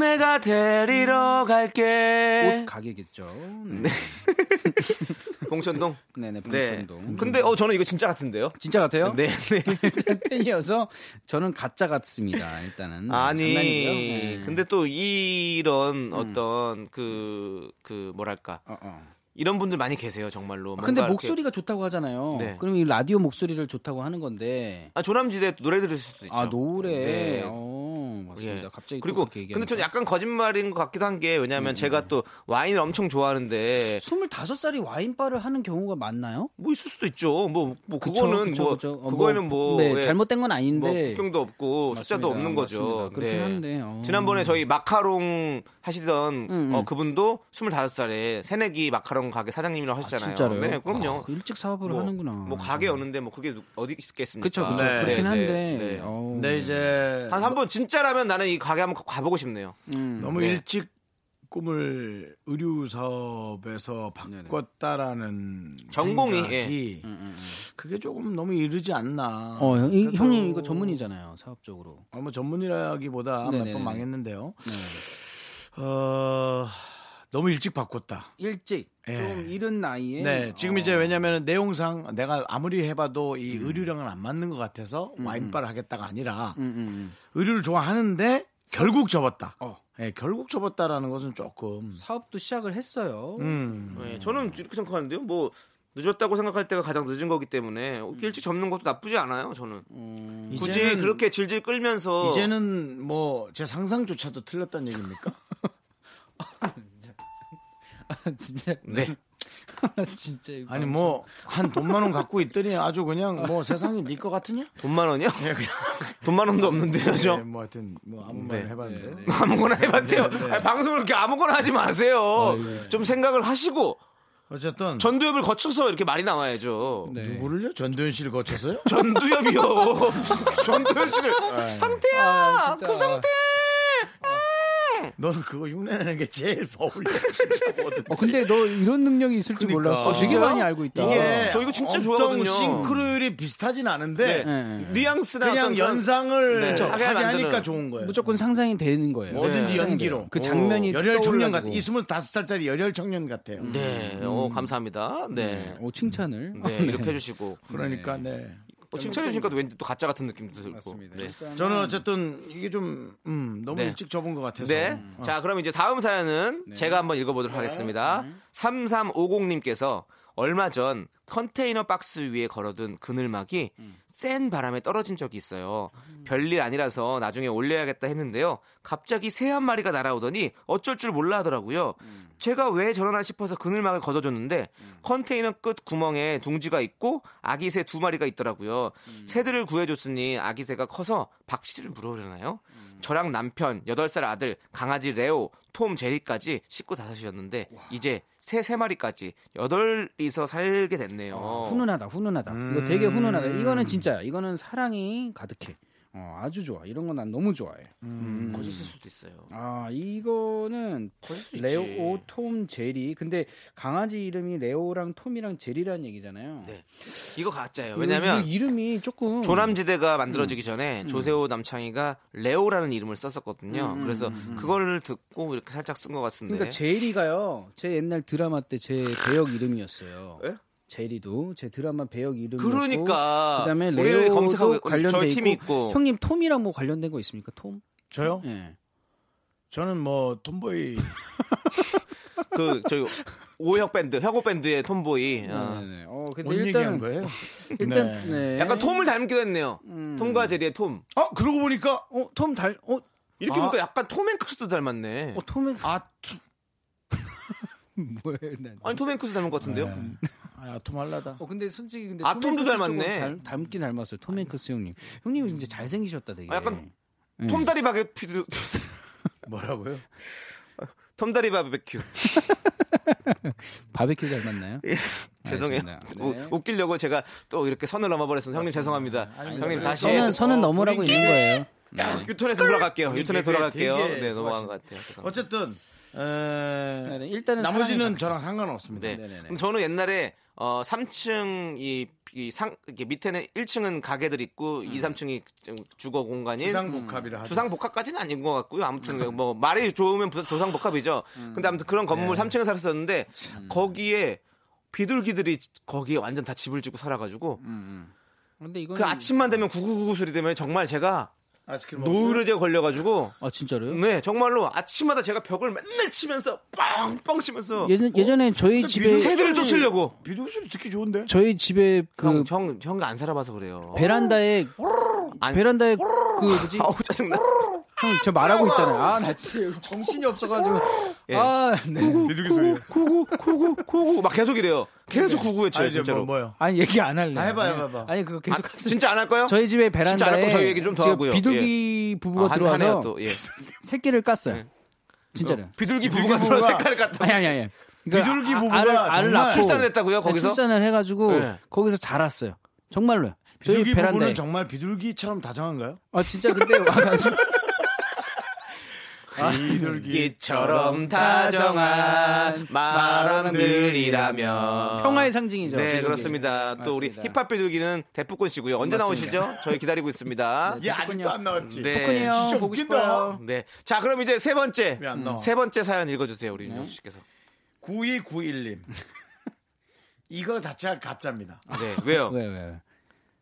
내가 데리러 갈게.
옷 가게겠죠. 네.
봉천동.
네네,
네.
봉천동.
근데 어 저는 이거 진짜 같은데요.
진짜 같아요?
네. 네.
<laughs> 팬이어서 저는 가짜 같습니다. 일단은 네, 장난이고요.
아니,
네. 음.
근데 또 이런 어떤 그, 그, 뭐랄까.
어, 어.
이런 분들 많이 계세요, 정말로. 뭔가
아, 근데
이렇게-
목소리가 좋다고 하잖아요.
네.
그럼 이 라디오 목소리를 좋다고 하는 건데.
아, 조남지대 노래 들을 수도 있죠.
아 노래.
네.
어, 맞습니다.
예.
갑자기
그리고
또 그렇게 얘기하니까. 음.
근데 좀 약간 거짓말인 것 같기도 한 게 왜냐하면 제가 또 와인을 엄청 좋아하는데
25살이 와인바를 하는 경우가 많나요?
뭐 있을 수도 있죠. 뭐, 뭐
그쵸,
그거는
그쵸,
뭐
그쵸. 어,
그거는 뭐,
네,
예,
잘못된 건
뭐
아닌데.
국경도 없고 숫자도
맞습니다.
없는 거죠. 네.
맞습니다. 그렇긴 한데, 어.
지난번에 저희 마카롱 하시던
음,
어,
음.
그분도 25살에 새내기 마카롱 가게 사장님이라고 하셨잖아요.
진짜로요?
네, 그럼요.
아, 일찍 사업을
뭐,
하는구나.
뭐 가게였는데 뭐 그게 누- 어디 있겠습니까?
그쵸, 그쵸.
네,
그렇긴
네,
한데.
네.
어우.
근데 이제
한 한 번 진짜라면 나는 이 가게 한번 가보고 싶네요.
음.
너무
네.
일찍 꿈을 의류 사업에서
네,
바꿨다라는
전공이, 예.
생각이 그게 조금 너무 이르지 않나.
음, 어, 형, 이-
그래도-
형님 이거 전문이잖아요. 사업적으로.
아, 뭐 전문이라기보다 몇
네네네.
번 망했는데요.
네.
어, 너무 일찍 바꿨다.
일찍
예.
좀 이른 나이에
네, 지금
어,
이제 왜냐하면 내용상 내가 아무리 해봐도 이 의류랑은 안 맞는 것 같아서 와인바를 하겠다가 아니라
음, 음, 음.
의류를 좋아하는데 결국 접었다.
어.
예, 결국 접었다라는 것은 조금
사업도 시작을 했어요.
음,
네, 저는 이렇게 생각하는데요. 뭐 늦었다고 생각할 때가 가장 늦은 거기 때문에
음.
일찍 접는 것도 나쁘지 않아요. 저는
어.
굳이
이제는-
그렇게 질질 끌면서
이제는 뭐 제 상상조차도 틀렸다는
<laughs>
얘기입니까?
진짜
네.
진짜 이거
아니 뭐 한 돈만 원 갖고 있더니 아주 그냥
<laughs>
뭐 세상이 네 거 같으냐?
돈만 원이요?
네,
<laughs> 돈만 원도 없는데요, 저.
네,
네,
뭐 하여튼 뭐 아무 말 해봤는데
아무거나 해봤대요. 아니, 방송을 이렇게 아무거나 하지 마세요. 좀 생각을 하시고
어쨌든 네.
전두엽을 거쳐서 이렇게 말이 나와야죠.
누구를요? 전도현 씨를 거쳐서요?
네. <laughs>
<laughs>
전두엽이요. 네. 전두엽 씨를 상태야.
아, 진짜.
그 상태.
넌 그거 흉내내는 게 제일 어울려. 진짜 뭐든지.
어, 근데 너 이런 능력이 있을 줄
그러니까.
몰랐어. 아, 되게 많이 알고 있다. 어.
이게
저 이거 진짜
엄청
좋아하거든요.
싱크로율이 비슷하진 않은데
네, 네, 네.
뉘앙스나
그냥
어떤 그런-
연상을
네.
좀
하게
하게 하니까
만드는.
좋은 거예요.
무조건 상상이 되는 거예요.
뭐든지
네.
연기로.
그 장면이
열혈 청년 같아.
떠올라지고.
이 25살짜리 열혈 청년 같아요.
네, 어, 감사합니다. 네.
오, 어, 칭찬을.
네, 이렇게 해주시고.
그러니까 네.
어, 칭찬해주니까 왠지 또 가짜 같은 느낌도 들고.
맞습니다.
네.
일단은
저는 어쨌든 이게 좀 음, 너무
네.
일찍 접은 것 같아서.
네. 자, 그럼 이제 다음 사연은 제가 한번 읽어보도록 하겠습니다. 3350님께서 얼마 전 컨테이너 박스 위에 걸어둔 그늘막이 센 바람에 떨어진 적이 있어요. 별일 아니라서 나중에 올려야겠다 했는데요. 갑자기 새 한 마리가 날아오더니 어쩔 줄 몰라 하더라고요. 제가 왜 저러나 싶어서 그늘막을 걷어줬는데 컨테이너 끝 구멍에 둥지가 있고 아기새 두 마리가 있더라고요. 새들을 구해줬으니 아기새가 커서 박씨를 물어오려나요? 저랑 남편, 8살 아들, 강아지 레오, 톰, 제리까지 식구 다섯이었는데 이제 새 세 마리까지 여덟이서 살게 됐네요.
훈훈하다, 훈훈하다. 이거 되게 훈훈하다. 이거는 진짜야. 이거는 사랑이 가득해. 어, 아주 좋아. 이런 건 난 너무 좋아해.
거짓일 수도 있어요.
아, 이거는
거짓일 수 있지.
레오, 톰, 제리. 근데 강아지 이름이 레오랑 톰이랑 제리라는 얘기잖아요.
네. 이거 가짜예요.
이거-
왜냐면
이거 음. 이름이 조금
조남지대가 만들어지기 전에 조세호 남창희가 레오라는 이름을
음,
썼었거든요. 그래서 그거를 듣고 이렇게 살짝 쓴 것 같은데.
그러니까 제리가요. 제 옛날 드라마 때 제 배역 이름이었어요.
예?
제리도 제 드라마 배역 이름.
그러니까.
그다음에
우리를 검색하고
레오도 관련돼
저희
있고,
팀이 있고.
형님 톰이랑 뭐 관련된 거 있습니까? 톰?
저요?
예.
저는 뭐 톰보이
그 저희 오혁 밴드, 혁오 밴드의 톰보이. 어.
네네네. 어, 근데
뭔
일단
얘기한 거예요?
일단
네.
네. 음.
약간 톰을 닮기도 했네요. 톰과 제리의 톰.
아 그러고 보니까
어, 톰 달. 어,
이렇게
아.
보니까 약간 톰 행크스도 닮았네.
어 톰은
아
<laughs> 뭐예요? 난.
아니 톰 행크스 닮은 것 같은데요?
아, 톰할라다.
어 근데 솔직히 근데
아,
톰
톰도
행크스
닮았네.
조금 닮- 닮긴 닮았어요. 톰 행크스 형님. 형님 이제 잘생기셨다 되게.
아, 약간
예.
톰다리 바베큐.
뭐라고요?
<laughs> 톰다리 바베큐.
바베큐 닮았나요?
예. 죄송해요.
알겠습니다.
우-
네.
웃기려고 제가 또 이렇게 선을 넘어버렸습니다. 형님 죄송합니다. 형님 다시
선은 선은
어,
넘으라고 있는 거예요.
유턴에서 돌아갈게요.
우리
유턴에
되게,
돌아갈게요.
되게
네, 넘어간
좋아하시-
것 같아요. 죄송합니다.
어쨌든
네, 네.
에...
일단은
나머지는
사랑의
저랑 상관없습니다.
네.
네네네.
그럼 저는 옛날에 어 3층 이상 이렇게 밑에는 1층은 가게들 있고 2, 3층이 주거 공간인
음, 주상복합이라 하죠.
주상복합까지는 아닌 것 같고요. 아무튼 뭐 말이 좋으면 부- 조상복합이죠.
음.
근데 아무튼 그런
예.
건물 3층에 살았었는데 거기에 비둘기들이 거기에 완전 다 집을 짓고 살아가지고
음. 근데 이건
그 아침만 되면 구구구구 소리 때문에 정말 제가
아이스크림
뭐
노을을
노을에 걸려가지고
아 진짜로요?
네 정말로 아침마다 제가 벽을 맨날 치면서 뻥뻥 치면서
예전 예전에 저희 집에
그
그
새들을 쫓으려고
비둘기 소리 듣기 좋은데?
저희 집에 그
형형형안 살아봐서 그래요.
베란다에
안-
베란다에 그 뭐지?
아우
<laughs>
짜증나.
형저 말하고 있잖아요. 아 나 진짜 정신이 없어가지고
예.
아 네.
비둘기 소리.
구구 구구 구구 막 계속 이래요. 계속 구구
아
외쳐요
이제
진짜로.
뭐, 뭐요?
아니 얘기 안 할래.
아, 해봐, 해봐, 해봐.
아니 그거
아,
계속 하세요.
진짜 안 할 거예요?
저희 집에
진짜 안
베란다에
할거 저희 얘기 좀 더
그
하고요.
비둘기 부부가
아, 한- 하네요,
들어와서
또. 예.
새끼를 깠어요. 진짜로.
<laughs> 비둘기 부부가 들어
부부가-
색깔을 갖다.
아니 아니 아니. 그러니까
비둘기
아-
부부가
알을,
정말
알을 낳고
출산을 했다고요,
아니,
거기서?
네, 출산을 해가지고
네.
거기서 자랐어요. 정말로요. 저희
비둘기 부부는
베란다에.
정말 비둘기처럼 다정한가요?
아 진짜 근데 와가지고 아, 네.
비둘기처럼 다정한 사람들이라면
평화의 상징이죠.
네
비둘기.
그렇습니다. 또 우리
맞습니다.
힙합 비둘기는 대포권 씨고요. 언제 나오시죠? 저희 기다리고
<laughs>
있습니다.
네.
얘 아직도 안 나왔지.
네.
덕분이에요.
진짜
보고
웃긴다.
싶어요.
네. 자 그럼 이제 세 번째
왜안 나와?
세 번째 사연 읽어주세요 우리 윤정 씨께서.
9291님. <laughs> 이거 자체가 가짜입니다.
네 왜요?
왜 왜?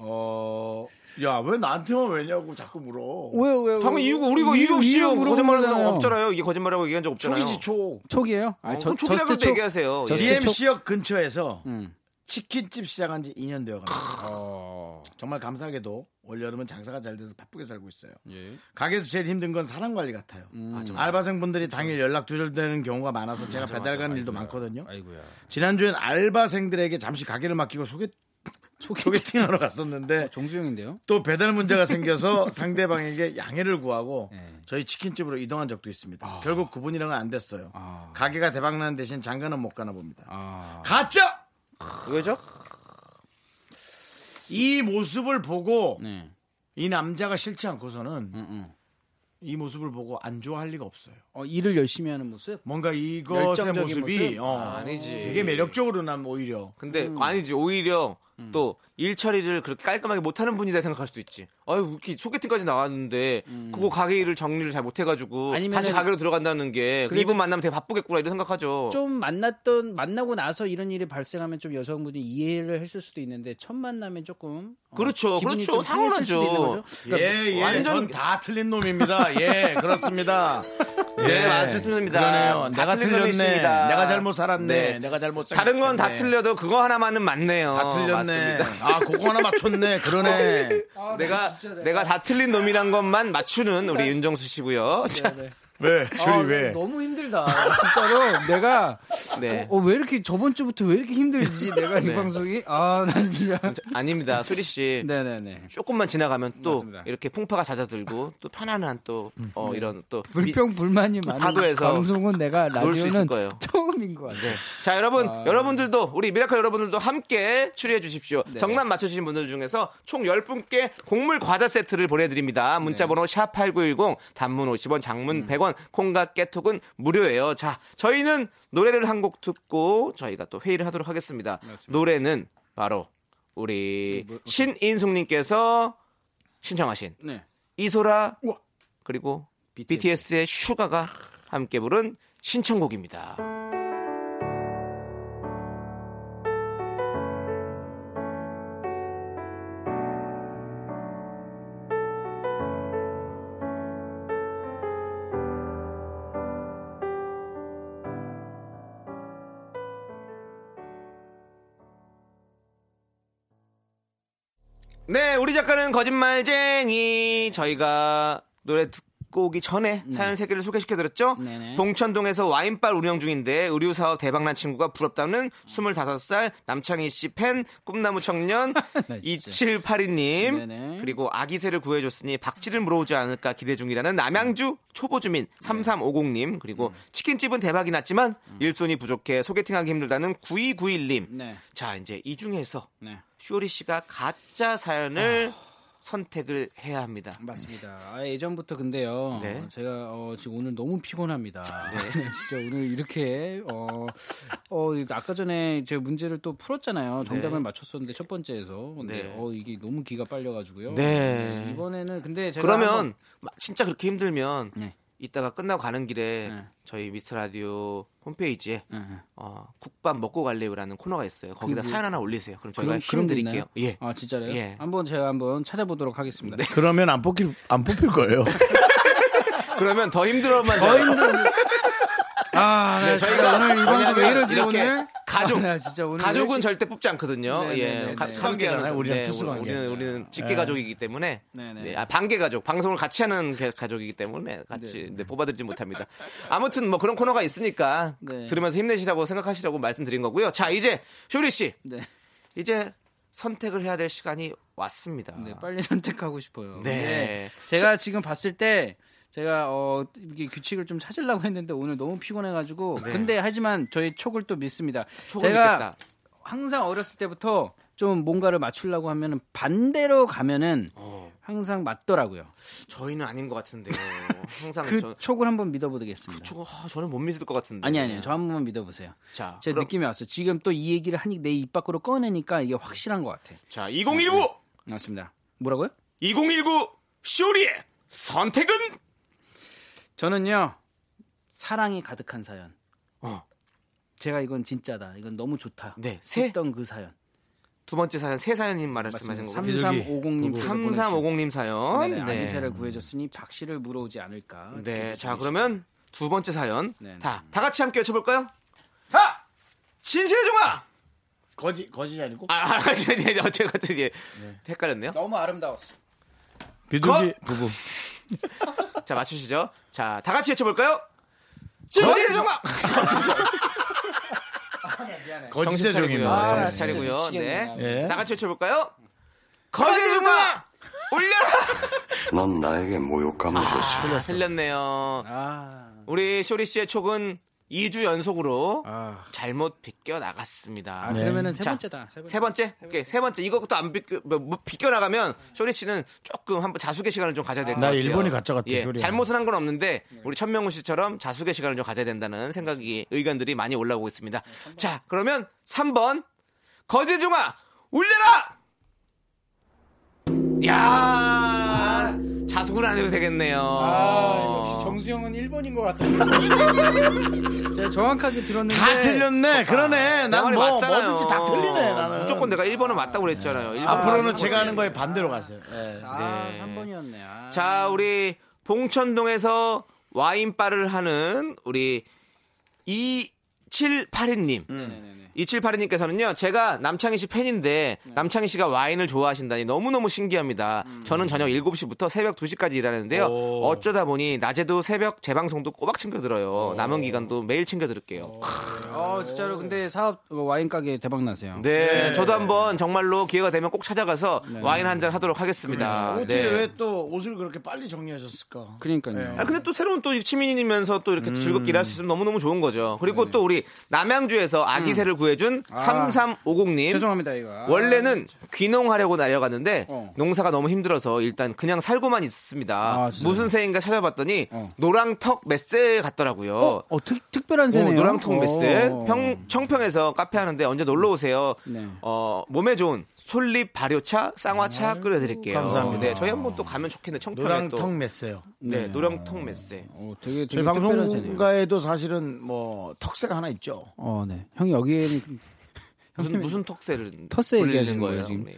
어, 야, 왜 나한테만 왜냐고 자꾸 물어.
왜요 왜요?
당연히 이유가 우리가 이유 없이 거짓말하는 사람 없잖아요. 이게 거짓말이라고 얘기한 적 없잖아요.
초기지 초.
초기예요? 아니
어, 그럼 초기라고
저스트 초.
얘기하세요.
저스트
예.
초.
DMC역 근처에서
음.
치킨집 시작한 지 2년 되어 갑니다. 정말 감사하게도 올여름은 장사가 잘 돼서 바쁘게 살고 있어요. 가게에서 제일 힘든 건 사람 관리 예. 음. 같아요. 알바생분들이 당일 연락 두절되는 경우가 많아서 제가 배달 가는 일도 많거든요.
아이고야.
지난주엔 알바생들에게 잠시 가게를 맡기고 소개, <laughs> 소개팅하러 어, 갔었는데
정수영인데요.
또 배달 문제가 생겨서 <laughs> 상대방에게 양해를 구하고
네.
저희 치킨집으로 이동한 적도 있습니다. 결국 그분이랑은 안 됐어요. 가게가 대박나는 대신 장가는 못 가나 봅니다.
아.
가짜!
왜죠?
이 모습을 보고
네.
음,
이 남자가 싫지 않고서는 이 모습을 보고 안 좋아할 리가 없어요.
어, 일을 열심히 하는 모습.
뭔가 이것의
열정적인
모습이
모습?
어,
아니지.
되게 매력적으로 난 오히려
근데
음.
아니지 오히려 또 일 처리를 그렇게 깔끔하게 못하는 분이다 생각할 수도 있지. 아유 이렇게 소개팅까지 나왔는데 그거 가게 일을 정리를 잘 못해가지고
음. 아니면은-
다시 가게로 들어간다는 게
그래도-
이분 만나면 되게 바쁘겠구나 이런 생각하죠.
좀 만났던 만나고 나서 이런 일이 발생하면 좀 여성분이 이해를 했을 수도 있는데 첫 만남에 조금 어,
그렇죠,
기분이
그렇죠.
좀 상했을 수도 있는
당연하죠.
거죠. 그러니까
예, 예.
완전-
전 다 틀린 놈입니다. 예, 그렇습니다.
<laughs>
예.
네, 맞습니다.
그러네요.
다
내가
틀린 건
틀렸네.
있습니다.
내가 잘못 살았네.
네.
내가 잘못
다른 건 다
생각했네.
틀려도 그거 하나만은 맞네요.
다 틀렸네.
맞습니다.
아, 그거 하나 맞췄네.
<laughs>
그러네.
아,
내가 내가 다 틀린 놈이란 것만 맞추는
네.
우리 윤정수 씨고요. 자, 어,
왜?
아,
저리 왜?
너무 힘들다. 진짜로 내가
네.
어, 왜 이렇게 저번 주부터 왜 이렇게 힘들지? 내가 이
네.
방송이 아, 난 진짜.
아닙니다, 수리 씨.
네, 네, 네.
조금만 지나가면 또
맞습니다. 음.
이렇게 풍파가 잦아들고 또 편안한 또 어, 이런 또 미-
<laughs> 불평 불만이 많은
파도에서
방송은 내가
놀수 있을
라디오는
거예요.
<laughs> 처음인 것 같아요.
자 여러분 여러분들도 우리 미라클 여러분들도 함께 추리해 주십시오 정답 맞춰주신 분들 중에서 총 10분께 곡물 과자 세트를 보내드립니다 문자번호 샵8910 단문 50원 장문 100원 콩과 깨톡은 무료예요 자 저희는 노래를 한 곡 듣고 저희가 또 회의를 하도록 하겠습니다 그 뭐, 노래는 바로 우리 신인숙님께서 신청하신
네.
이소라 그리고 BTS의 슈가가 함께 부른 신청곡입니다 네, 우리 작가는 거짓말쟁이. 저희가 노래 듣고 오기 전에 사연 세개를 소개시켜드렸죠?
음. 네네.
동천동에서 와인바 운영 중인데 의류사업 대박난 친구가 부럽다는 25살 남창희 씨 팬 꿈나무
<laughs>
청년
네, 진짜.
2782님
네네.
그리고 아기새를 구해줬으니 박쥐를 물어오지 않을까 기대 중이라는
음.
남양주 초보주민
네.
3350님 그리고 치킨집은 대박이 났지만
음.
일손이 부족해 소개팅하기 힘들다는 9291님
네.
자 이제 이 중에서
네.
쇼리 씨가 가짜 사연을 선택을 해야 합니다.
맞습니다. 아, 예전부터 근데요.
네.
제가 어, 지금 오늘 너무 피곤합니다. <laughs> 네, 진짜 오늘 이렇게 어, 어, 아까 전에 제가 문제를 또 풀었잖아요. 정답을 맞췄었는데 첫 번째에서 근데
네.
어, 이게 너무 기가 빨려가지고요.
네.
이번에는 근데 제가
그러면
한번-
마- 진짜 그렇게 힘들면
네.
이따가 끝나고 가는 길에
네.
저희 미스 라디오 홈페이지에
네, 네.
어, 국밥 먹고 갈래요라는 코너가 있어요. 거기다 사연 하나 올리세요. 그럼 저희가
그런- 그런 게
힘드릴게요.
있나요?
예.
아 진짜로요?
예. 네.
한번 제가 한번 찾아보도록 하겠습니다.
그러면 안 뽑힐 안 뽑힐 거예요.
그러면 더 힘들어만
더 힘든. 아, 나 진짜 오늘 이 방송 왜
왜냐면
이러지
이렇게
오늘?
가족.
아, 나 진짜 오늘
가족은
왜 이렇게-
절대 뽑지 않거든요.
네, 네,
예,
네,
가- 삼계하는
네.
수강계잖아요.
거-
우리는
네,
특수관계.
우리는 우리는 직계 가족이기 때문에
네, 네.
네, 아, 반계 가족 방송을 같이 하는 게- 가족이기 때문에 같이 네, 뽑아드리지 못합니다. 아무튼 뭐 그런 코너가 있으니까
네.
들으면서 힘내시라고 생각하시라고 말씀드린 거고요. 자 이제 쇼리 씨
네.
이제 선택을 해야 될 시간이 왔습니다.
네, 빨리 <laughs> 선택하고 싶어요.
네.
근데 제가 지금 봤을 때 제가 어 이게 규칙을 좀 찾으려고 했는데 오늘 너무 피곤해가지고 근데 하지만 저희 촉을 또 믿습니다.
네. 촉을
제가
믿겠다.
항상 어렸을 때부터 좀 뭔가를 맞추려고 하면은 반대로 가면은 항상 맞더라고요.
저희는 아닌 것 같은데요. 항상
그
저,
촉을 한번 믿어보겠습니다.
저거, 아, 저는 못 믿을 것 같은데.
아니 아니요, 저 한 번만 믿어보세요.
자,
제
네. 아, 그럼-
느낌이 왔어요. 지금 또 이 얘기를 하니 내 입 밖으로 꺼내니까 이게 확실한 것 같아.
자 2019.
맞습니다. 뭐라고요?
2019 쇼리의 선택은
저는요 사랑이 가득한 사연.
어.
제가 이건 진짜다. 이건 너무 좋다.
네, 새-
했던 그 사연.
두 번째 사연 세 사연님 말씀하신 거고
3350님
3350님 사연. 네.
네. 아기새를 구해줬으니 박씨를 물어오지 않을까.
네,
이렇게
자
보내주셨습니다.
그러면 두 번째 사연
네, 네.
다, 다 같이 함께 외쳐볼까요?
자!
진실의 종아!
<laughs> 거지 거지 아니고
아, 아, 아, 네, 네, 제가 또 이제 헷갈렸네요.
너무 아름다웠어.
비둘기
컷! 자 맞추시죠. 자, 다 같이 외쳐볼까요? 진실의 종아!
거지세 뭐.
아,
종입니다.
정신 차리고요. 네,
예.
다 같이 외쳐볼까요? 거세 종아! 올려라!
넌 나에게 모욕감을 줬어.
아, 틀렸네요.
아,
우리 쇼리 씨의 촉은 2주 연속으로
아.
잘못 비껴 나갔습니다.
네.
아, 그러면은 세
자,
번째다. 세 번째.
세 번째? 오케이, 세 번째. 이것도 안 비껴, 뭐, 뭐 비껴나가면 쇼리 씨는 조금 한번 자숙의 시간을 좀 가져야 될 것
나
같아요.
일본이 가져갔다,
예,
쇼리야.
잘못은 한 건 없는데 우리 천명우 씨처럼 자숙의 시간을 좀 가져야 된다는 생각이 의견들이 많이 올라오고 있습니다. 자, 그러면 3번 거제중아 울려라! 야 자숙을 안 해도 되겠네요.
아, 역시 정수영은 1번인 것 같아요.
<laughs> 제가 정확하게 들었는데
다 틀렸네. 그러네.
내
난
말이
뭐,
맞잖아요.
뭐든지 다 틀리네, 나는.
무조건 내가 1번은 맞다고 그랬잖아요. 네. 일본은
앞으로는
맞는
제가
거예요.
하는 거에 반대로 가세요. 예.
아,
네.
3번이었네. 아.
자, 우리 봉천동에서 와인바를 하는 우리 2782님. 2782님께서는요, 제가 남창희 씨 팬인데, 남창희 씨가 와인을 좋아하신다니 너무너무 신기합니다. 저는 저녁 7시부터 새벽 2시까지 일하는데요. 어쩌다 보니, 낮에도 새벽 재방송도 꼬박 챙겨들어요. 남은 기간도 매일 챙겨들을게요.
어, 진짜로 근데 사업 어, 와인 가게 대박 나세요.
네, 저도 한번 정말로 기회가 되면 꼭 찾아가서 와인 한 잔 하도록 하겠습니다.
어떻게
네.
왜 또 옷을 그렇게 빨리 정리하셨을까?
네.
그러니까요.
아, 근데 또 새로운 또 시민이면서 또
음.
이렇게 즐겁게 일할 수 있으면 너무너무 좋은 거죠. 그리고
네.
또 우리 남양주에서 아기새를 구해준 3350님.
음. 죄송합니다, 이거.
원래는 귀농하려고 내려갔는데
어.
농사가 너무 힘들어서 일단 그냥 살고만 있습니다.
아, 진짜요?
무슨 새인가 찾아봤더니
어.
노랑턱 메스에 갔더라고요.
어, 어, 특, 특별한
오,
새네요.
뭐 노랑통 메스
어.
평, 청평에서 카페 하는데 언제 놀러 오세요.
네.
어, 몸에 좋은 솔잎 발효차,
아,
쌍화차 끓여드릴게요.
감사합니다.
네, 저희 한번 또 가면 좋겠네. 청평에
노랑턱
또.
맸어요.
네, 노랑통 메스.
어,
저희
되게 되게 특별한 새네요.
방송가에도 사실은 뭐 턱새가 하나 있죠.
어, 네. 형이
음.
여기에는
무슨 무슨 턱새를
<laughs> 텃세
돌리는
얘기하시는 거예요, 지금?
네,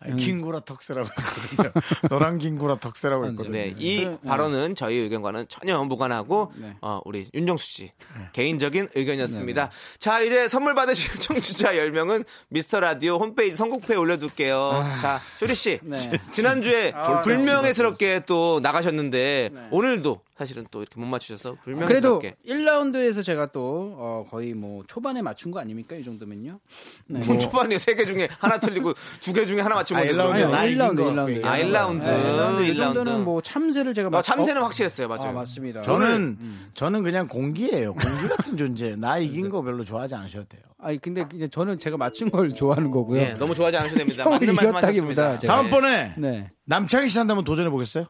아니, 킹구라 턱새라고 했거든요. <laughs> 노랑 킹구라 턱새라고 했거든요.
네, 이 발언은 저희 의견과는 전혀 무관하고
네.
어, 우리 윤정수 씨 개인적인 의견이었습니다.
네.
자, 이제 선물 받으실 <laughs> 청취자 10명은 미스터 라디오 홈페이지 선곡표에 올려둘게요. 자, 쇼리 씨
아, 네.
지난주에
아, 네.
불명예스럽게 또 나가셨는데 오늘도 사실은 또 이렇게 못 맞추셔서
네. 아, 그래도
불명예스럽게
1라운드에서 제가 또 어, 거의 뭐 초반에 맞춘 거 아닙니까? 이 정도면요. 네.
뭐 초반에 세 개 중에 하나 틀리고 두 개 중에 하나 맞히면
아,
되는
일라운드.
거예요.
나
뭐 아니,
이긴
1라운드,
거
1라운드.
아, 일라운드.
이 정도는
일라운드.
뭐 참새를 제가
아,
맞-
참새는
어?
확실했어요. 맞아요.
아, 맞습니다.
저는 저는 그냥 공기예요. 공기 같은 존재. 나 이긴 거 별로 좋아하지 않으셔도 돼요.
아니 근데 이제 저는 제가 맞춘 걸 <laughs> 좋아하는 거고요.
예, 너무 좋아하지 않으셔도 됩니다.
형을
맞는 말씀
이겼다기보다
하셨습니다. 네.
제가.
다음번에
네.
남창희 씨 한다면 도전해 보겠어요?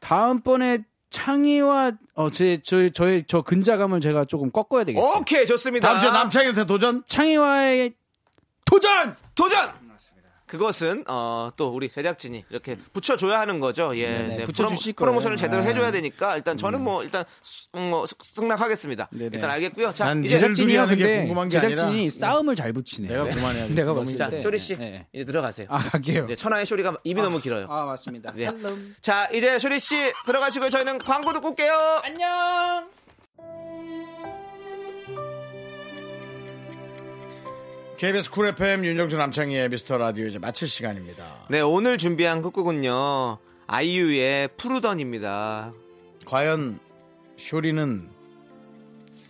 다음번에 창의와 어제 저희 저의 저 근자감을 제가 조금 꺾어야 되겠어요.
오케이, 좋습니다.
다음 주에 남창희한테 도전.
창의와의 도전!
도전! 그것은 어, 또 우리 제작진이 이렇게 붙여줘야 하는 거죠. 예, 네,
붙여주실
프로, 모션을
거예요.
제대로
아.
해줘야 되니까 일단 저는 뭐 일단 수- 음, 뭐 승- 승낙하겠습니다.
네네.
일단 알겠고요. 자
난
이제
니들 둘이
제작진이요
하는 게
근데
궁금한 게
제작진이
아니라
싸움을 잘 붙이네.
내가 그만해야겠어.
<laughs> 내가
너무
봤을
자
때
쇼리 씨
네, 네.
이제 들어가세요.
아 갈게요.
이제 천하의 쇼리가 입이 너무 길어요.
아 맞습니다.
네.
헬로.
자 이제 쇼리 씨 들어가시고 저희는 광고 듣고 올게요.
안녕.
KBS 쿨 FM 윤정수 남창희의 미스터 라디오 이제 마칠 시간입니다.
네 오늘 준비한 끝곡은요 아이유의 푸르던입니다.
과연 쇼리는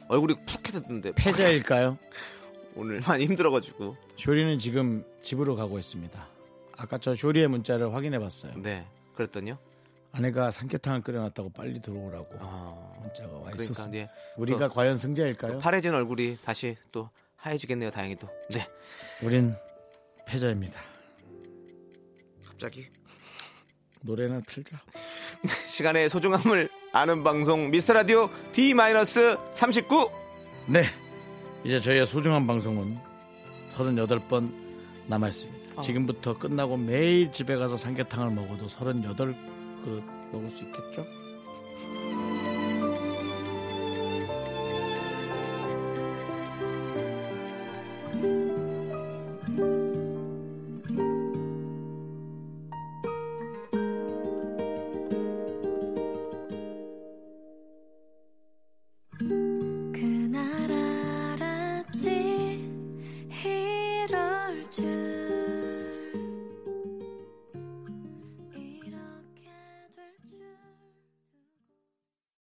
얼굴이 푸르게됐던데
패자일까요?
오늘 <laughs> 많이 힘들어가지고.
쇼리는 지금 집으로 가고 있습니다. 아까 저 쇼리의 문자를 확인해 봤어요.
네 그랬더니요.
아내가 삼계탕을 끓여놨다고 빨리 들어오라고
어,
문자가 와
그러니까
아, 있었습니다.
네.
우리가 과연 승자일까요?
파래진 얼굴이 다시 또 하얘지겠네요. 다행히도. 네.
우린 패자입니다.
갑자기
노래나 틀자.
시간의 소중함을 아는 방송 미스터 라디오 D-39.
네. 이제 저희의 소중한 방송은 38번 남아 있습니다. 지금부터 끝나고 매일 집에 가서 삼계탕을 먹어도 38그릇 먹을 수 있겠죠?
그날 알았지 이럴 줄